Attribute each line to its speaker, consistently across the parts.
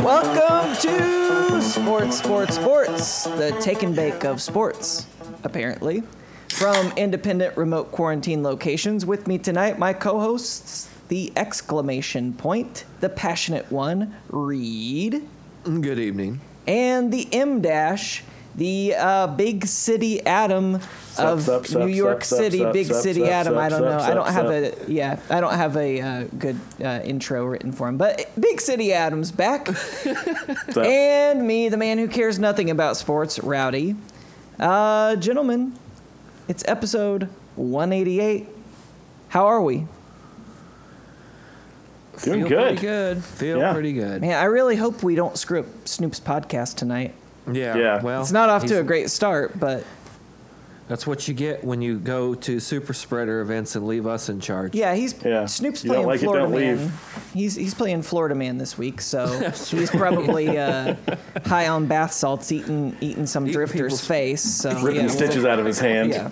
Speaker 1: Welcome to Sports, Sports, Sports, the take and bake of sports, apparently. From independent remote quarantine locations, with me tonight, my co hosts, the exclamation point, the passionate one, Reed,
Speaker 2: Good evening.
Speaker 1: and the M Dash, the uh, big city Adam of
Speaker 3: sup, sup,
Speaker 1: New York
Speaker 3: sup,
Speaker 1: City,
Speaker 3: sup,
Speaker 1: big
Speaker 3: sup,
Speaker 1: city
Speaker 3: sup,
Speaker 1: Adam.
Speaker 3: sup,
Speaker 1: I don't
Speaker 3: sup,
Speaker 1: know. I
Speaker 3: sup,
Speaker 1: don't have
Speaker 3: sup.
Speaker 1: a yeah. I don't have a uh, good uh, intro written for him, but big city Adam's back.
Speaker 3: Sup.
Speaker 1: And me, the man who cares nothing about sports, Rowdy. Uh, gentlemen, it's episode 188. How are we?
Speaker 3: Doing
Speaker 2: Feel
Speaker 3: good.
Speaker 2: Pretty good. Feel
Speaker 3: Yeah.
Speaker 2: pretty good.
Speaker 1: Man, I really hope we don't screw up Snoop's podcast tonight.
Speaker 2: Yeah.
Speaker 3: Yeah.
Speaker 2: Well,
Speaker 1: It's not off to
Speaker 2: he's-
Speaker 1: a great start, but
Speaker 2: That's what you get when you go to super spreader events and leave us in charge.
Speaker 1: yeah, he's
Speaker 3: Yeah.
Speaker 1: Snoop's
Speaker 3: You don't
Speaker 1: playing
Speaker 3: like it,
Speaker 1: Florida
Speaker 3: don't
Speaker 1: Man.
Speaker 3: leave.
Speaker 1: He's he's playing Florida Man this week, so he's probably uh, high on bath salts, eating eating some
Speaker 2: Eating
Speaker 1: drifter's
Speaker 2: people's-
Speaker 1: face. So
Speaker 3: Ripping
Speaker 1: yeah,
Speaker 3: stitches out of his hand.
Speaker 1: yeah.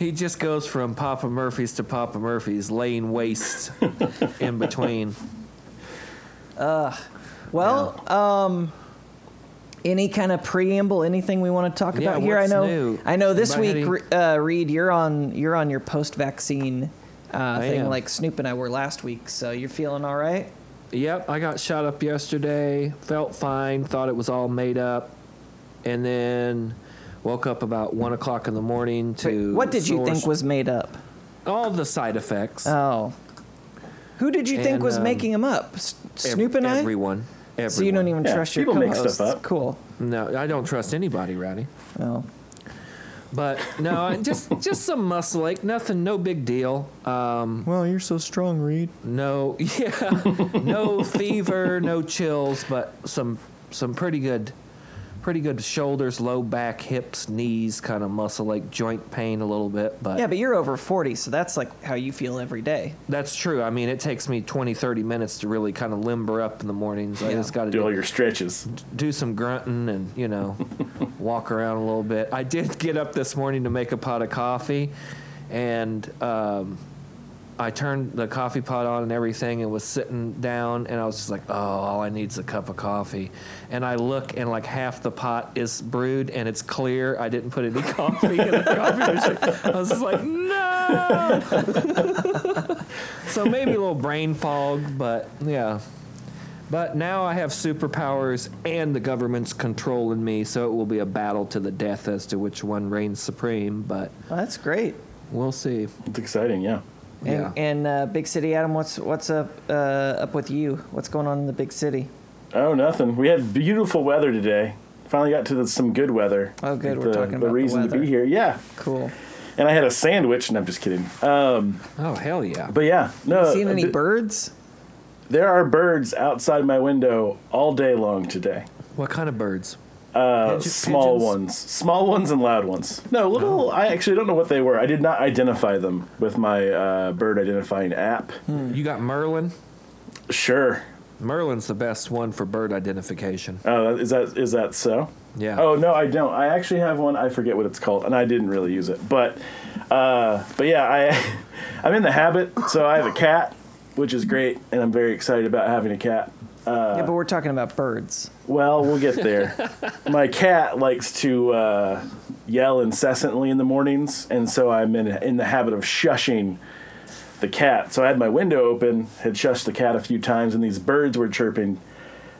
Speaker 2: He just goes from Papa Murphy's to Papa Murphy's, laying waste in between.
Speaker 1: Well, um, any kind of preamble, anything we want to talk
Speaker 2: Yeah,
Speaker 1: about here? I
Speaker 2: what's
Speaker 1: know,
Speaker 2: new?
Speaker 1: I know. This
Speaker 2: Anybody
Speaker 1: week, Re- uh, Reed, you're on, you're on your post-vaccine uh,
Speaker 2: I
Speaker 1: thing,
Speaker 2: am.
Speaker 1: like Snoop and I were last week. So you're feeling all right?
Speaker 2: Yep, I got shot up yesterday. Felt fine. Thought it was all made up, and then woke up about one o'clock in the morning to.
Speaker 1: Wait, what did you think
Speaker 2: source-
Speaker 1: was made up?
Speaker 2: all the side effects?
Speaker 1: Oh, who did you think
Speaker 2: And,
Speaker 1: was
Speaker 2: um,
Speaker 1: making them up? S-
Speaker 2: Ev-
Speaker 1: Snoop and I.
Speaker 2: Everyone. Everyone.
Speaker 1: So you don't even
Speaker 3: Yeah,
Speaker 1: trust your
Speaker 3: people make
Speaker 1: co-hosts.
Speaker 3: stuff up.
Speaker 1: Cool.
Speaker 2: No, I don't trust anybody, Rowdy.
Speaker 1: Oh,
Speaker 2: But no, I- just just some muscle ache, nothing, no big deal. Um,
Speaker 1: well, you're so strong, Reed.
Speaker 2: no, yeah, no fever, no chills, but some some pretty good, pretty good shoulders, low back, hips, knees, kind of muscle ache, joint pain a little bit. But
Speaker 1: Yeah, but you're over 40, so that's like how you feel every day.
Speaker 2: that's true. I mean, it takes me 20, 30 minutes to really kind of limber up in the mornings. I
Speaker 1: Yeah.
Speaker 2: just got to
Speaker 3: Do all
Speaker 2: do,
Speaker 3: your stretches.
Speaker 2: do some grunting and you know walk around a little bit. I did get up this morning to make a pot of coffee, and um, I turned the coffee pot on and everything, and was sitting down, and I was just like, "Oh, all I need is a cup of coffee." And I look, and like half the pot is brewed and it's clear. I didn't put any coffee in the coffee machine. I was just like, "No." so maybe a little brain fog, but yeah. But now I have superpowers and the government's controlling me, so it will be a battle to the death as to which one reigns supreme, but
Speaker 1: Well, that's great.
Speaker 2: we'll see.
Speaker 3: It's exciting, yeah.
Speaker 1: And,
Speaker 2: Yeah.
Speaker 1: and uh, big city, Adam. What's what's up uh, up with you? What's going on in the big city?
Speaker 3: Oh, nothing. We had beautiful weather today. Finally got to the, some good weather.
Speaker 1: Oh, good.
Speaker 3: The,
Speaker 1: We're talking about the
Speaker 3: reason to
Speaker 1: weather.
Speaker 3: be here. Yeah.
Speaker 1: Cool.
Speaker 3: And I had a sandwich, and I'm just kidding. Um,
Speaker 2: Oh, hell yeah.
Speaker 3: but yeah,
Speaker 2: Uh,
Speaker 3: no.
Speaker 1: Seen any
Speaker 3: th-
Speaker 1: birds?
Speaker 3: there are birds outside my window all day long today.
Speaker 2: What kind of birds?
Speaker 3: Uh,
Speaker 2: Pigeon-
Speaker 3: small
Speaker 2: pigeons?
Speaker 3: ones, small ones, and loud ones. No,
Speaker 1: Oh.
Speaker 3: little. I actually don't know what they were. I did not identify them with my uh, bird identifying app.
Speaker 1: Hmm.
Speaker 2: You got Merlin?
Speaker 3: Sure.
Speaker 2: Merlin's the best one for bird identification.
Speaker 3: Oh, that- is that is that so?
Speaker 2: Yeah.
Speaker 3: Oh no, I don't. I actually have one. I forget what it's called, and I didn't really use it. But, uh, but yeah, I, I'm in the habit. So I have a cat, which is great, and I'm very excited about having a cat.
Speaker 2: uh,
Speaker 1: yeah, but we're talking about birds.
Speaker 3: Well, we'll get there. My cat likes to uh, yell incessantly in the mornings, and so I'm in, in the habit of shushing the cat. So I had my window open, had shushed the cat a few times, and these birds were chirping.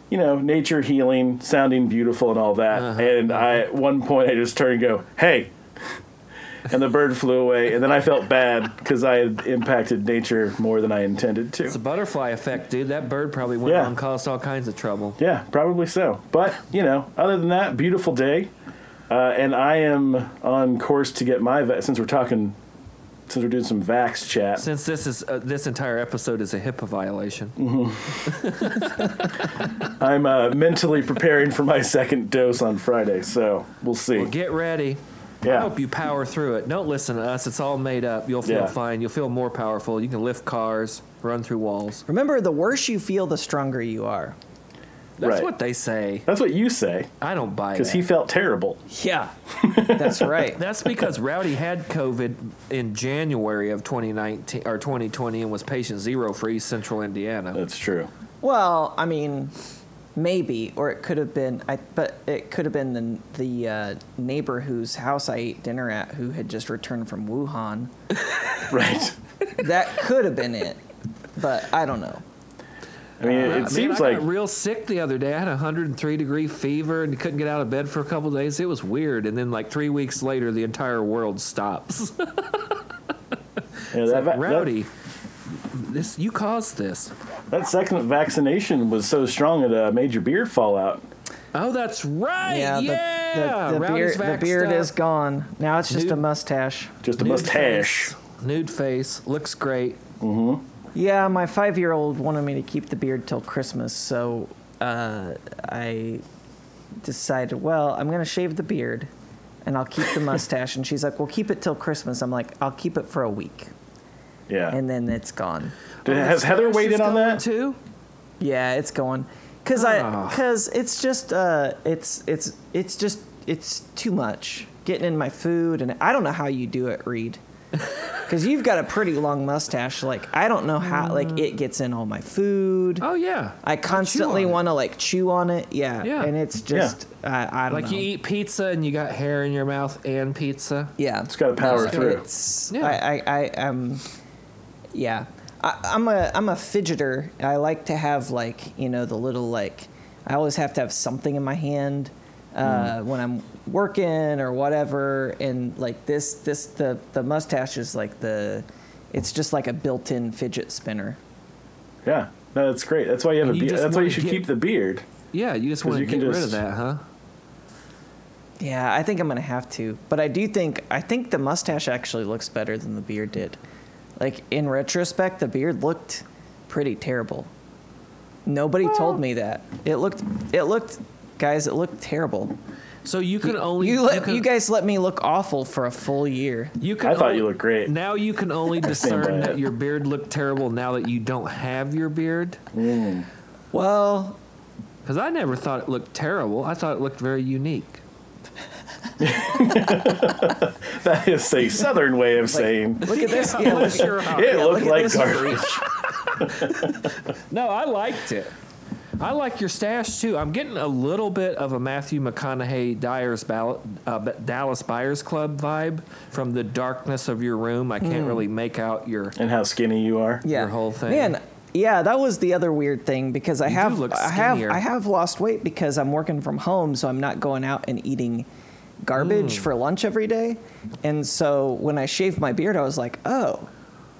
Speaker 3: You know, nature healing, sounding beautiful, and all that. and I, at one point, I just turned and go, "Hey." And the bird flew away, and then I felt bad because I had impacted nature more than I intended to.
Speaker 2: It's a butterfly effect, dude. That bird probably went
Speaker 3: Yeah.
Speaker 2: out and caused all kinds of trouble.
Speaker 3: Yeah, probably so. But you know, other than that, beautiful day, uh, and I am on course to get my va- since we're talking, since we're doing some vax chat.
Speaker 2: Since this is uh, this entire episode is a HIPAA violation,
Speaker 3: Mm-hmm. I'm uh, mentally preparing for my second dose on Friday, so we'll see.
Speaker 2: get ready. I
Speaker 3: Yeah.
Speaker 2: hope you power through it. Don't listen to us; it's all made up. You'll feel
Speaker 3: Yeah.
Speaker 2: fine. You'll feel more powerful. You can lift cars, run through walls.
Speaker 1: Remember, the worse you feel, the stronger you are.
Speaker 2: That's
Speaker 3: Right.
Speaker 2: what they say.
Speaker 3: That's what you say
Speaker 2: I don't buy
Speaker 3: because
Speaker 2: it.
Speaker 3: he felt terrible.
Speaker 2: yeah,
Speaker 1: That's right.
Speaker 2: that's because Rowdy had COVID in January of 2019 or 2020 and was patient zero for East Central Indiana.
Speaker 3: That's true.
Speaker 1: Well, I mean, maybe, or it could have been. I but it could have been the the uh, neighbor whose house I ate dinner at, who had just returned from Wuhan.
Speaker 3: right?
Speaker 1: That could have been it, but I don't know.
Speaker 3: I mean,
Speaker 2: I
Speaker 3: it,
Speaker 2: mean,
Speaker 3: it seems
Speaker 2: I
Speaker 3: like
Speaker 2: got real sick the other day. I had a 103 degree fever and couldn't get out of bed for a couple days. It was weird. And then like three weeks later, the entire world stops.
Speaker 3: yeah, that, va- that-
Speaker 2: Rowdy, this you caused this.
Speaker 3: That second vaccination was so strong it uh, made your beard fall out.
Speaker 2: Oh, that's right.
Speaker 1: Yeah,
Speaker 2: Yeah,
Speaker 1: the, the, the
Speaker 2: Rowdy's
Speaker 1: beard the
Speaker 2: vaxxed
Speaker 1: beard
Speaker 2: up.
Speaker 1: is gone. Now it's just a
Speaker 2: Dude.
Speaker 1: mustache.
Speaker 3: Just a
Speaker 2: Nude
Speaker 3: mustache.
Speaker 2: face. Nude face looks great.
Speaker 1: Yeah, my five year old wanted me to keep the beard till Christmas, so uh, I decided, well, I'm going to shave the beard and I'll keep the mustache. and she's like, well, keep it till Christmas. I'm like, I'll keep it for a week.
Speaker 3: Yeah.
Speaker 1: And then it's gone.
Speaker 3: Did, has Heather
Speaker 2: She's
Speaker 3: weighed in on
Speaker 2: going
Speaker 3: that?
Speaker 2: too?
Speaker 1: Yeah, it's going. Cause I,
Speaker 2: Ah.
Speaker 1: cause it's just, uh, it's, it's, it's just, it's too much getting in my food, and I don't know how you do it, Reed. Cause you've got a pretty long mustache. Like I don't know how, like it gets in all my food.
Speaker 2: Oh yeah.
Speaker 1: I constantly
Speaker 2: on it.
Speaker 1: want to like chew on it. Yeah.
Speaker 2: Yeah.
Speaker 1: And it's just, I, I don't
Speaker 2: Like
Speaker 1: know.
Speaker 2: you eat pizza and you got hair in your mouth and pizza.
Speaker 1: yeah.
Speaker 3: It's got to power
Speaker 1: So
Speaker 3: through.
Speaker 1: It's,
Speaker 2: Yeah.
Speaker 1: I, I, I am, yeah. I, I'm a, I'm a fidgeter. I like to have like, you know, the little like, I always have to have something in my hand
Speaker 3: Mm.
Speaker 1: uh, when I'm working or whatever. And like this, this, the, the mustache is like the, it's just like a built-in fidget spinner.
Speaker 3: Yeah. No, that's great. That's why you have
Speaker 2: And
Speaker 3: a
Speaker 2: you
Speaker 3: beard.
Speaker 2: just
Speaker 3: That's why
Speaker 2: wanna
Speaker 3: you should
Speaker 2: get-
Speaker 3: keep the beard.
Speaker 2: Yeah, you just
Speaker 3: 'Cause
Speaker 2: want to
Speaker 3: you
Speaker 2: get
Speaker 3: can
Speaker 2: rid of
Speaker 3: just-
Speaker 2: that, huh?
Speaker 1: Yeah, I think I'm gonna have to. But I do think I think the mustache actually looks better than the beard did. Like in retrospect, the beard looked pretty terrible. Nobody told me that. It looked it looked guys, it looked terrible.
Speaker 2: So you can only
Speaker 1: You let
Speaker 2: can,
Speaker 1: you guys let me look awful for a full year.
Speaker 2: You can
Speaker 3: I thought you
Speaker 2: only-
Speaker 3: looked great.
Speaker 2: Now you can only discern
Speaker 3: Stand by
Speaker 2: that
Speaker 3: it.
Speaker 2: your beard looked terrible now that you don't have your beard.
Speaker 1: Well,
Speaker 2: Because I never thought it looked terrible. I thought it looked very unique.
Speaker 3: That is a southern way of saying
Speaker 1: look at this. Yeah, look,
Speaker 2: Sure.
Speaker 3: it looked
Speaker 1: look at
Speaker 3: like
Speaker 1: this.
Speaker 3: garbage.
Speaker 2: No, I liked it. I like your stash too. I'm getting a little bit of a Matthew McConaughey Dyer's Ball- uh, B- Dallas Buyers Club vibe from the darkness of your room. I
Speaker 1: Hmm.
Speaker 2: can't really make out your.
Speaker 3: and how skinny you are.
Speaker 1: yeah.
Speaker 2: your whole thing.
Speaker 1: Man, yeah, that was the other weird thing because I
Speaker 2: You do
Speaker 1: have
Speaker 2: look
Speaker 1: I have
Speaker 2: skinnier.
Speaker 1: I have lost weight because I'm working from home, so I'm not going out and eating
Speaker 2: Mm.
Speaker 1: garbage for lunch every day. And so when I shaved my beard, I was like, "Oh,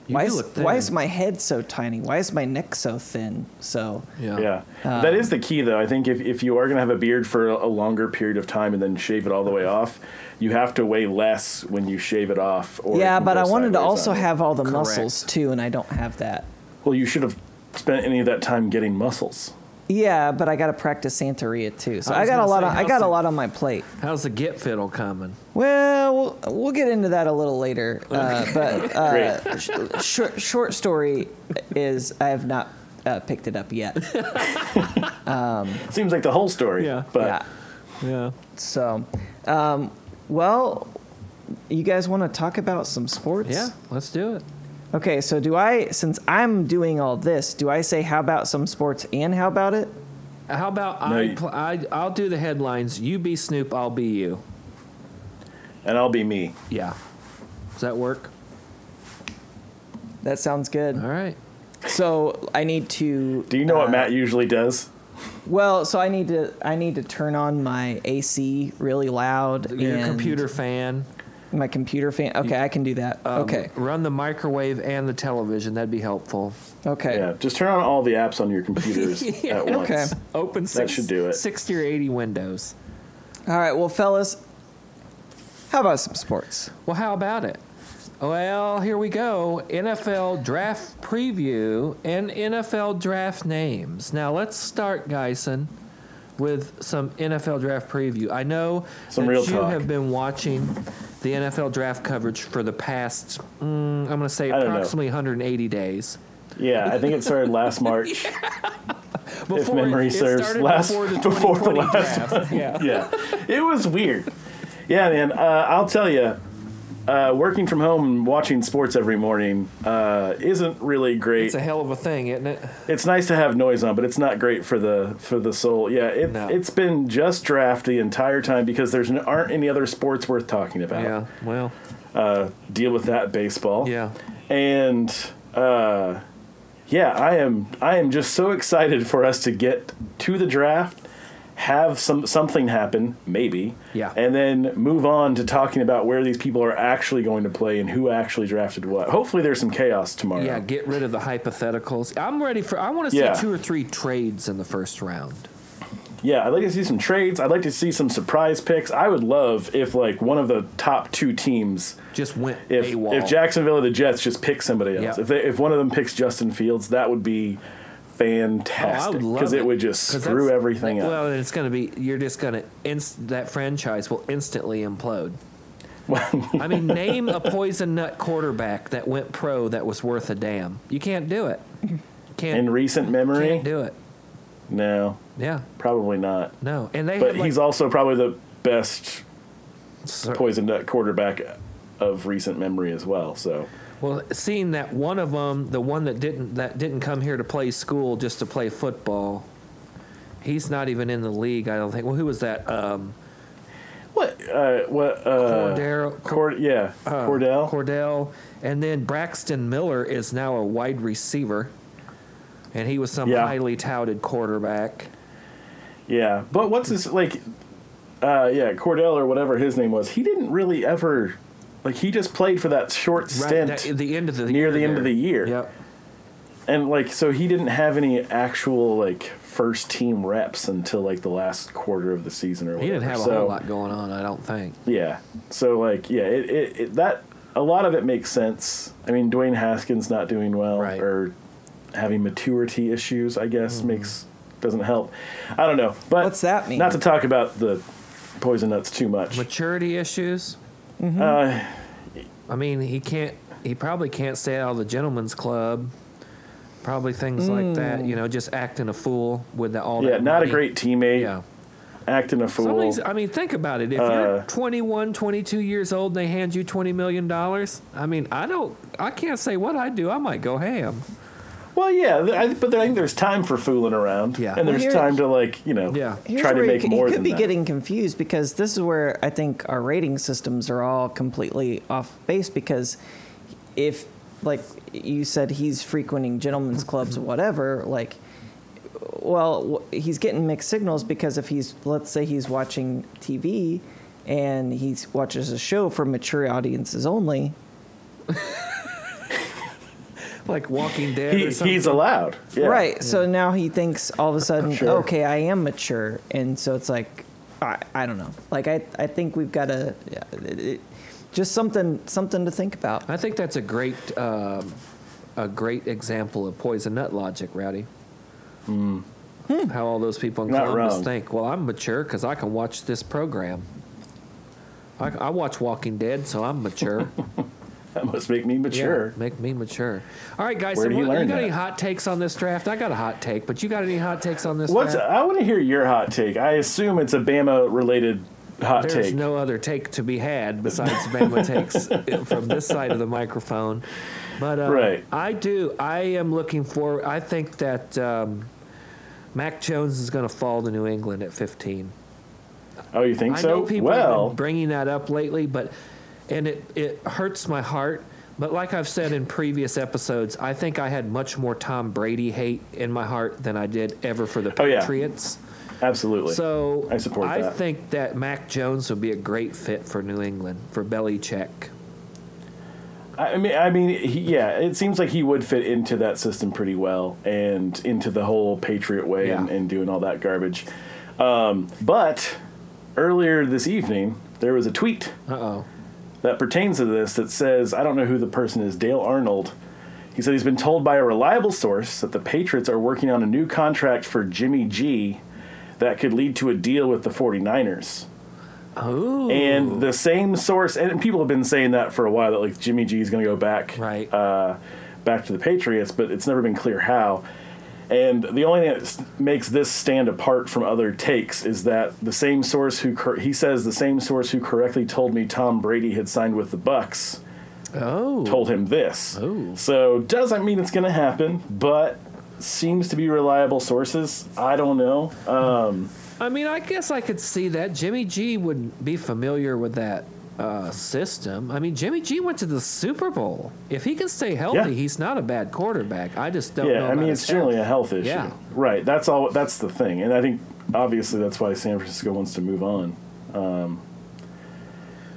Speaker 2: You
Speaker 1: why
Speaker 2: do
Speaker 1: is,
Speaker 2: look thin.
Speaker 1: why is my head so tiny? Why is my neck so thin?" So
Speaker 2: Yeah.
Speaker 3: Yeah.
Speaker 1: Um,
Speaker 3: that is the key, though. I think if, if you are going to have a beard for a longer period of time and then shave it all the way off, you have to weigh less when you shave it off. Or it
Speaker 1: yeah,
Speaker 3: can
Speaker 1: but
Speaker 3: go
Speaker 1: I wanted to
Speaker 3: sideways
Speaker 1: also
Speaker 3: on you.
Speaker 1: have all the
Speaker 2: Correct.
Speaker 1: muscles too, and I don't have that.
Speaker 3: Well, you should have spent any of that time getting muscles.
Speaker 1: Yeah, but I got to practice Santeria too, so
Speaker 2: I
Speaker 1: I,
Speaker 2: was
Speaker 1: got a
Speaker 2: gonna
Speaker 1: lot.
Speaker 2: say,
Speaker 1: on, I
Speaker 2: how's
Speaker 1: got a
Speaker 2: the-
Speaker 1: lot on my plate.
Speaker 2: How's the get fiddle coming?
Speaker 1: Well, we'll, we'll get into that a little later. Uh, but uh,
Speaker 3: Great.
Speaker 1: sh- short, short story is I have not uh, picked it up yet.
Speaker 3: Seems like the whole story.
Speaker 2: Yeah.
Speaker 1: yeah.
Speaker 3: But
Speaker 2: Yeah.
Speaker 1: So, um, well, you guys want to talk about some sports?
Speaker 2: Yeah. Let's do it.
Speaker 1: Okay. So, do I, since I'm doing all this, do I say how about some sports and how about it?
Speaker 2: How about
Speaker 3: No,
Speaker 2: I,
Speaker 3: you-
Speaker 2: pl- I? I'll do the headlines. You be Snoop. I'll be you.
Speaker 3: and I'll be me.
Speaker 2: Yeah. Does that work?
Speaker 1: That sounds good.
Speaker 2: All right.
Speaker 1: So, I need to.
Speaker 3: Do you know what
Speaker 1: uh,
Speaker 3: Matt usually does?
Speaker 1: Well, so I need to. I need to turn on my AC really loud.
Speaker 2: Your
Speaker 1: and
Speaker 2: computer fan.
Speaker 1: My computer fan. Okay, I can do that.
Speaker 2: um,
Speaker 1: okay.
Speaker 2: Run the microwave and the television. That'd be helpful.
Speaker 1: Okay.
Speaker 3: Yeah. Just turn on all the apps on your computers
Speaker 2: Yeah.
Speaker 3: at once.
Speaker 1: Okay.
Speaker 2: Open six,
Speaker 3: should do it.
Speaker 2: 60 or 80 windows.
Speaker 1: All right. Well, fellas, how about some sports?
Speaker 2: Well, how about it? Well, here we go. NFL draft preview and NFL draft names. Now, let's start, Geisen, with some NFL draft preview. I know
Speaker 3: Some
Speaker 2: that
Speaker 3: real
Speaker 2: you
Speaker 3: talk.
Speaker 2: have been watching the NFL draft coverage for the past, mm, I'm going to say,
Speaker 3: don't know.
Speaker 2: approximately 180 days.
Speaker 3: Yeah. I think it started last March.
Speaker 2: Before
Speaker 3: memory serves,
Speaker 2: started
Speaker 3: last-
Speaker 2: before the,
Speaker 3: before the
Speaker 2: 2020
Speaker 3: last
Speaker 2: draft. yeah.
Speaker 3: yeah, it was weird. Yeah, man. Uh, I'll tell you, uh, working from home and watching sports every morning uh, isn't really great.
Speaker 2: It's a hell of a thing, isn't it?
Speaker 3: It's nice to have noise on, but it's not great for the for the soul. Yeah, it,
Speaker 2: No.
Speaker 3: it's been just draft the entire time because there's n aren't any other sports worth talking about.
Speaker 2: Yeah. Well.
Speaker 3: Uh, deal with that baseball.
Speaker 2: Yeah.
Speaker 3: And uh, yeah, I am I am just so excited for us to get to the draft, have some something happen maybe,
Speaker 2: Yeah.
Speaker 3: and then move on to talking about where these people are actually going to play and who actually drafted what. Hopefully, there's some chaos tomorrow.
Speaker 2: Yeah. Get rid of the hypotheticals. I'm ready for. I want to see
Speaker 3: Yeah.
Speaker 2: two or three trades in the first round.
Speaker 3: Yeah, I'd like to see some trades. I'd like to see some surprise picks. I would love if like one of the top two teams,
Speaker 2: Just went
Speaker 3: if
Speaker 2: AWOL.
Speaker 3: if Jacksonville or the Jets just pick somebody else.
Speaker 2: Yeah.
Speaker 3: If they, if one of them picks Justin Fields, that would be
Speaker 2: Oh, I
Speaker 3: fantastic
Speaker 2: would love
Speaker 3: because it would just
Speaker 2: 'Cause
Speaker 3: screw
Speaker 2: that's-
Speaker 3: everything up.
Speaker 2: Well, and it's going to be you're just going to inst- that franchise will instantly implode. I mean, name a poison nut quarterback that went pro that was worth a damn. You can't do it.
Speaker 3: In
Speaker 2: Can't,
Speaker 3: recent memory,
Speaker 2: can't do it.
Speaker 3: no,
Speaker 2: Yeah,
Speaker 3: probably not.
Speaker 2: no. And they
Speaker 3: But
Speaker 2: had like,
Speaker 3: he's also probably the best
Speaker 2: sir-
Speaker 3: poison nut quarterback of recent memory as well. So
Speaker 2: well, seeing that one of them, the one that didn't that didn't come here to play school just to play football. He's not even in the league, I don't think. Well, who was that? Um,
Speaker 3: what? Uh, what? Uh,
Speaker 2: Cordero- Uh,
Speaker 3: Cord- yeah, Cordell.
Speaker 2: Cordell, and then Braxton Miller is now a wide receiver, and he was some
Speaker 3: Yeah.
Speaker 2: highly touted quarterback.
Speaker 3: Yeah, but what's his like? Uh, yeah, Cordell or whatever his name was. He didn't really ever like. He just played for that short stint,
Speaker 2: that- at the end of the
Speaker 3: near the end of
Speaker 2: there.
Speaker 3: the year.
Speaker 2: Yep.
Speaker 3: and like so he didn't have any actual like first team reps until like the last quarter of the season or
Speaker 2: He
Speaker 3: whatever.
Speaker 2: didn't have a
Speaker 3: so,
Speaker 2: whole lot going on, I don't think.
Speaker 3: Yeah, so like yeah, it, it, it that a lot of it makes sense. I mean, Dwayne Haskins not doing well
Speaker 2: Right. Mm-hmm.
Speaker 3: or having maturity issues, I guess makes doesn't help. I don't know, but
Speaker 1: What's that mean?
Speaker 3: Not to talk about the poison nuts too much.
Speaker 2: Maturity issues.
Speaker 3: Uh,
Speaker 2: I mean, he can't. He probably can't stay out of the gentleman's club. Probably things like that. You know, just acting a fool with the, all
Speaker 3: Mm. yeah,
Speaker 2: that.
Speaker 3: not a
Speaker 2: money.
Speaker 3: great teammate.
Speaker 2: Yeah.
Speaker 3: Acting a
Speaker 2: Some of
Speaker 3: fool.
Speaker 2: these- I mean, think about it. If
Speaker 3: Uh,
Speaker 2: you're 21, 22 years old and they hand you $20 million, I mean, I don't, I can't say what I do. I might go ham.
Speaker 3: Well, yeah, th- I, but I think there's time for fooling around.
Speaker 2: Yeah.
Speaker 3: And
Speaker 2: Well,
Speaker 3: there's
Speaker 1: here-
Speaker 3: time to like you know
Speaker 2: Yeah.
Speaker 1: Here's
Speaker 3: try to
Speaker 1: where you
Speaker 3: make
Speaker 1: could- You
Speaker 3: more
Speaker 1: could
Speaker 3: than
Speaker 1: be
Speaker 3: that.
Speaker 1: getting confused because this is where I think our rating systems are all completely off base. Because if, like you said, he's frequenting gentlemen's clubs, whatever, like, well, w- he's getting mixed signals because if he's, let's say, he's watching TV and he watches a show for mature audiences only.
Speaker 2: Like Walking Dead
Speaker 3: He,
Speaker 2: or something.
Speaker 3: he's allowed. Yeah.
Speaker 1: Right. So now he thinks all of a sudden,
Speaker 3: Sure.
Speaker 1: okay, I am mature, and so it's like, I, I don't know. Like I, I think we've got to, just something, something to think about.
Speaker 2: I think that's a great, um, a great example of poison nut logic, Rowdy. How all those people in
Speaker 3: Hmm. Not
Speaker 2: Columbus
Speaker 3: wrong.
Speaker 2: think, well, I'm mature because I can watch this program. I, I watch Walking Dead, so I'm mature.
Speaker 3: That must make me
Speaker 2: Yeah,
Speaker 3: mature.
Speaker 2: make me mature. All right, guys.
Speaker 3: Where
Speaker 2: so
Speaker 3: do you
Speaker 2: what-
Speaker 3: learn
Speaker 2: got any
Speaker 3: that?
Speaker 2: hot takes on this draft? I got a hot take, but you got any hot takes on this?
Speaker 3: What's
Speaker 2: draft?
Speaker 3: I want to hear your hot take. I assume it's a Bama related hot
Speaker 2: There's
Speaker 3: take.
Speaker 2: no other take to be had besides Bama takes from this side of the microphone. But uh,
Speaker 3: Right.
Speaker 2: I do. I am looking for. I think that um, Mac Jones is going to fall to New England at 15.
Speaker 3: oh, you think
Speaker 2: I
Speaker 3: so?
Speaker 2: know people have
Speaker 3: well,
Speaker 2: been bringing that up lately, but and it it hurts my heart. But like I've said in previous episodes, I think I had much more Tom Brady hate in my heart than I did ever for the
Speaker 3: Oh, yeah.
Speaker 2: Patriots.
Speaker 3: absolutely.
Speaker 2: So
Speaker 3: I support that.
Speaker 2: think that Mac Jones would be a great fit for New England for Belichick.
Speaker 3: I I mean, I mean, he, yeah. It seems like he would fit into that system pretty well, and into the whole Patriot way, and,
Speaker 2: Yeah.
Speaker 3: and doing all that garbage. Um, but earlier this evening, there was a tweet
Speaker 2: Uh oh.
Speaker 3: that pertains to this that says, I don't know who the person is, Dale Arnold. He said he's been told by a reliable source that the Patriots are working on a new contract for Jimmy G that could lead to a deal with the 49ers.
Speaker 2: Oh.
Speaker 3: And the same source, and people have been saying that for a while, that like Jimmy G is going to go back
Speaker 2: Right.
Speaker 3: uh, back to the Patriots, but it's never been clear how. And the only thing that s- makes this stand apart from other takes is that the same source who cor- he says the same source who correctly told me Tom Brady had signed with the Bucks
Speaker 2: Oh.
Speaker 3: told him this.
Speaker 2: Oh.
Speaker 3: So doesn't mean it's going to happen, but seems to be reliable sources. I don't know. Um,
Speaker 2: I mean, I guess I could see that. Jimmy G would be familiar with that uh, system. I mean, Jimmy G went to the Super Bowl. If he can stay healthy,
Speaker 3: Yeah.
Speaker 2: he's not a bad quarterback. I just don't know.
Speaker 3: yeah, I
Speaker 2: about
Speaker 3: mean
Speaker 2: his
Speaker 3: it's generally a
Speaker 2: health.
Speaker 3: health issue.
Speaker 2: Yeah.
Speaker 3: Right. That's all that's the thing. And I think obviously that's why San Francisco wants to move on um,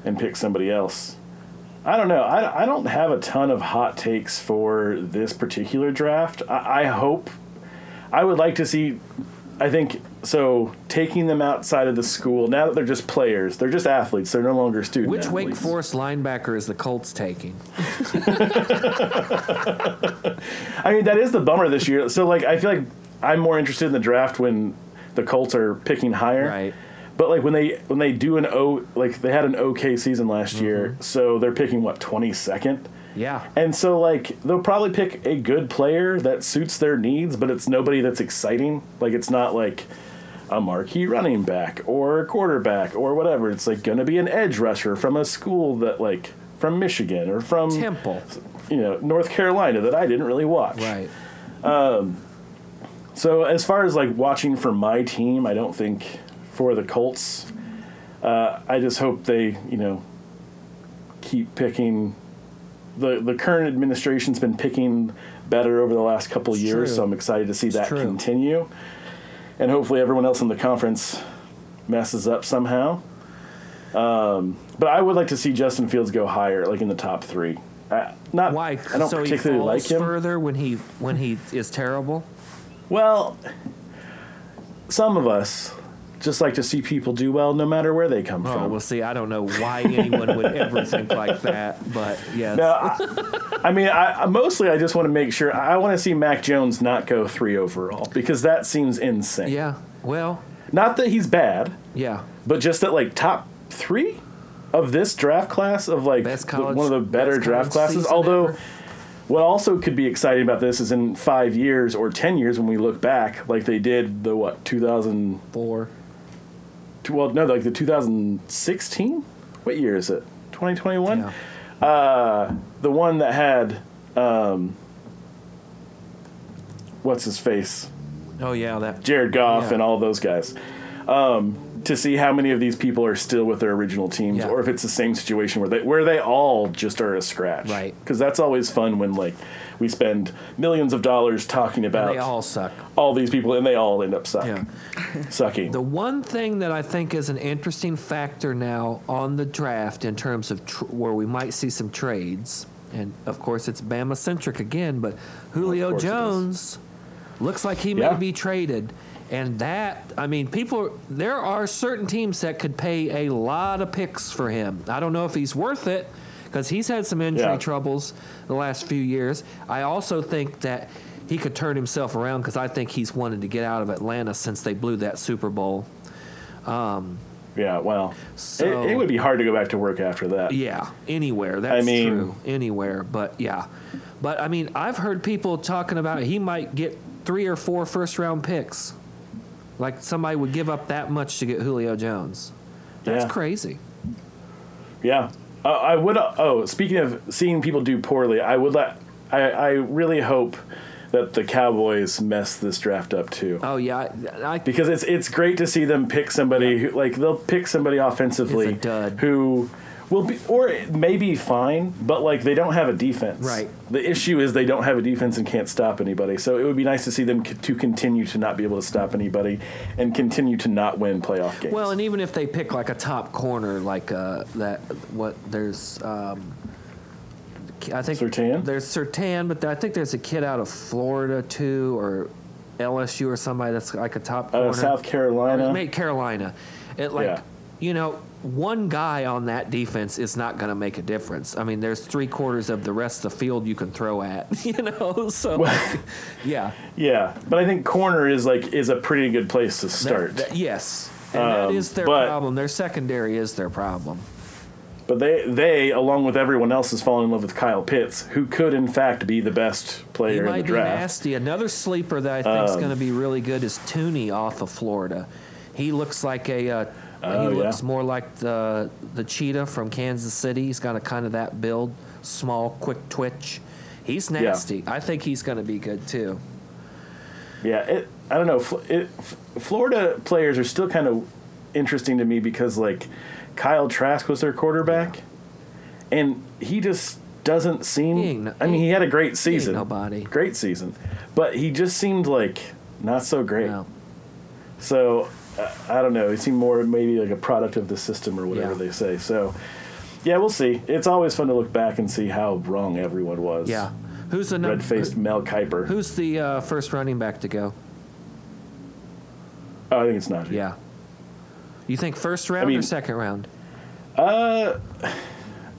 Speaker 3: and pick somebody else. I don't know. I, I don't have a ton of hot takes for this particular draft. I, I hope. I would like to see. I think so. Taking them outside of the school now that they're just players, they're just athletes. They're no longer students.
Speaker 2: Which Wake Forest linebacker is the Colts taking?
Speaker 3: I mean, that is the bummer this year. So like, I feel like I'm more interested in the draft when the Colts are picking higher.
Speaker 2: Right.
Speaker 3: But like when they when they do an O like they had an okay season last year, so they're picking what twenty second,
Speaker 2: Yeah.
Speaker 3: and so like they'll probably pick a good player that suits their needs, but it's nobody that's exciting. Like it's not like a marquee running back or a quarterback or whatever. It's like gonna be an edge rusher from a school that like from Michigan or from
Speaker 2: Temple.
Speaker 3: you know North Carolina that I didn't really watch.
Speaker 2: Right.
Speaker 3: So as far as like watching for my team, I don't think for the Colts. Uh, I just hope they, you know, keep picking. the The current administration's been picking better over the last couple
Speaker 2: It's
Speaker 3: years,
Speaker 2: true.
Speaker 3: so I'm excited to see that
Speaker 2: true.
Speaker 3: continue. And hopefully, everyone else in the conference messes up somehow. Um, but I would like to see Justin Fields go higher, like in the top three. Uh, not
Speaker 2: Why?
Speaker 3: I don't
Speaker 2: so he
Speaker 3: particularly
Speaker 2: falls
Speaker 3: like him.
Speaker 2: further when he when he is terrible.
Speaker 3: Well, some of us just like to see people do well no matter where they come
Speaker 2: Oh,
Speaker 3: from.
Speaker 2: we'll see. I don't know why anyone would ever think like that, but yes.
Speaker 3: No, I, I mean, I, I- mostly I just want to make sure I want to see Mac Jones not go three overall because that seems insane.
Speaker 2: Yeah. Well.
Speaker 3: Not that he's bad,
Speaker 2: Yeah.
Speaker 3: but just that like top three of this draft class of like
Speaker 2: Best
Speaker 3: the-
Speaker 2: college-
Speaker 3: one of the better
Speaker 2: best
Speaker 3: draft
Speaker 2: college
Speaker 3: classes.
Speaker 2: season
Speaker 3: Although,
Speaker 2: ever.
Speaker 3: what also could be exciting about this is in five years or ten years when we look back, like they did the what two thousand.
Speaker 2: Four.
Speaker 3: Tw- well no like the 2016 what year is it 2021
Speaker 2: Yeah.
Speaker 3: uh the one that had um what's his face
Speaker 2: Oh yeah. That.
Speaker 3: jared goff
Speaker 2: Yeah.
Speaker 3: and all those guys um to see how many of these people are still with their original teams
Speaker 2: Yeah.
Speaker 3: or if it's the same situation where they where they all just are a scratch
Speaker 2: Right.
Speaker 3: because that's always fun when like we spend millions of dollars talking about
Speaker 2: They all suck.
Speaker 3: all these people and they all end up suck,
Speaker 2: Yeah.
Speaker 3: sucking
Speaker 2: The one thing that I think is an interesting factor now on the draft in terms of tr- where we might see some trades, and of course it's Bama centric again, but Julio
Speaker 3: course it is.
Speaker 2: Jones looks like he
Speaker 3: Yeah.
Speaker 2: may be traded. And that, I mean, people, there are certain teams that could pay a lot of picks for him. I don't know if he's worth it because he's had some injury
Speaker 3: Yeah.
Speaker 2: troubles the last few years. I also think that he could turn himself around because I think he's wanted to get out of Atlanta since they blew that Super Bowl.
Speaker 3: Yeah, well,
Speaker 2: So-
Speaker 3: it, it would be hard to go back to work after that.
Speaker 2: Yeah, anywhere. That's
Speaker 3: mean-
Speaker 2: true. Anywhere, but yeah. But I mean, I've heard people talking about he might get three or four first round picks. Like somebody would give up that much to get Julio Jones. That's
Speaker 3: yeah.
Speaker 2: crazy.
Speaker 3: Yeah, uh, I would. oh, speaking of seeing people do poorly, I would let. I, I really hope that the Cowboys mess this draft up too,
Speaker 2: Oh yeah, I, I
Speaker 3: because it's it's great to see them pick somebody who like they'll pick somebody offensively
Speaker 2: Is a dud.
Speaker 3: who will be or it may be fine, but like they don't have a defense.
Speaker 2: Right.
Speaker 3: The issue is they don't have a defense and can't stop anybody. So it would be nice to see them c- to continue to not be able to stop anybody and continue to not win playoff games.
Speaker 2: Well, and even if they pick like a top corner, like uh, that, what there's, um, I think
Speaker 3: Sertan?
Speaker 2: There's Sertan, but I think there's a kid out of Florida too, or LSU or somebody that's like a top
Speaker 3: Out
Speaker 2: corner.
Speaker 3: of South Carolina.
Speaker 2: Make Carolina. It like
Speaker 3: Yeah.
Speaker 2: you know, one guy on that defense is not going to make a difference. I mean, there's three quarters of the rest of the field you can throw at. You know, so yeah.
Speaker 3: Yeah, but I think corner is like is a pretty good place to
Speaker 2: That-
Speaker 3: start.
Speaker 2: that- yes. And that
Speaker 3: Um,
Speaker 2: is their
Speaker 3: but-
Speaker 2: problem. Their secondary is their problem.
Speaker 3: But they, they, along with everyone else, has fallen in love with Kyle Pitts, who could in fact be the best
Speaker 2: He
Speaker 3: player in the
Speaker 2: might be
Speaker 3: draft. Um,
Speaker 2: nasty. Another sleeper that I think is going to be really good is Tooney off of Florida. He looks like a. Uh,
Speaker 3: Oh,
Speaker 2: he
Speaker 3: yeah.
Speaker 2: looks more like the the cheetah from Kansas City. He's got a kind of that build, small, quick twitch. He's nasty. I think he's going to be good too.
Speaker 3: Yeah, it, I don't know. Fl- It, F- Florida players are still kind of interesting to me because like Kyle Trask was their quarterback, and he just doesn't seem.
Speaker 2: He ain't no-
Speaker 3: I mean, he had a great season.
Speaker 2: nobody.
Speaker 3: Great season, but he just seemed like not so great.
Speaker 2: Well,
Speaker 3: So uh, I don't know. It seemed more maybe like a product of the system or whatever
Speaker 2: Yeah.
Speaker 3: they say. So yeah, we'll see. It's always fun to look back and see how wrong everyone was.
Speaker 2: yeah. Who's the num-
Speaker 3: Red faced Mel Kiper.
Speaker 2: Who's the uh, first running back to go?
Speaker 3: oh, I think it's Najee.
Speaker 2: Yeah. You think first round
Speaker 3: mean-
Speaker 2: or second round?
Speaker 3: Uh,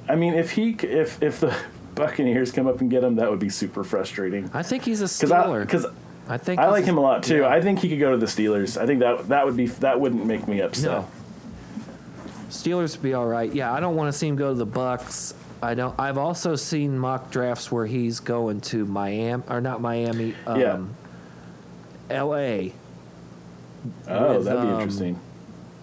Speaker 3: I mean, if he c- if if the Buccaneers come up and get him, that would be super frustrating.
Speaker 2: I think he's a
Speaker 3: Because I
Speaker 2: stealer.
Speaker 3: because
Speaker 2: I think
Speaker 3: I
Speaker 2: he's-
Speaker 3: like him a lot too.
Speaker 2: Yeah.
Speaker 3: I think he could go to the Steelers. I think that that would be that wouldn't make me upset.
Speaker 2: No. Steelers would be all right. Yeah, I don't want to see him go to the Bucks. I don't. I've also seen mock drafts where he's going to Miami or not Miami. Um,
Speaker 3: Yeah.
Speaker 2: L.A.
Speaker 3: Oh,
Speaker 2: With,
Speaker 3: that'd be
Speaker 2: um,
Speaker 3: interesting.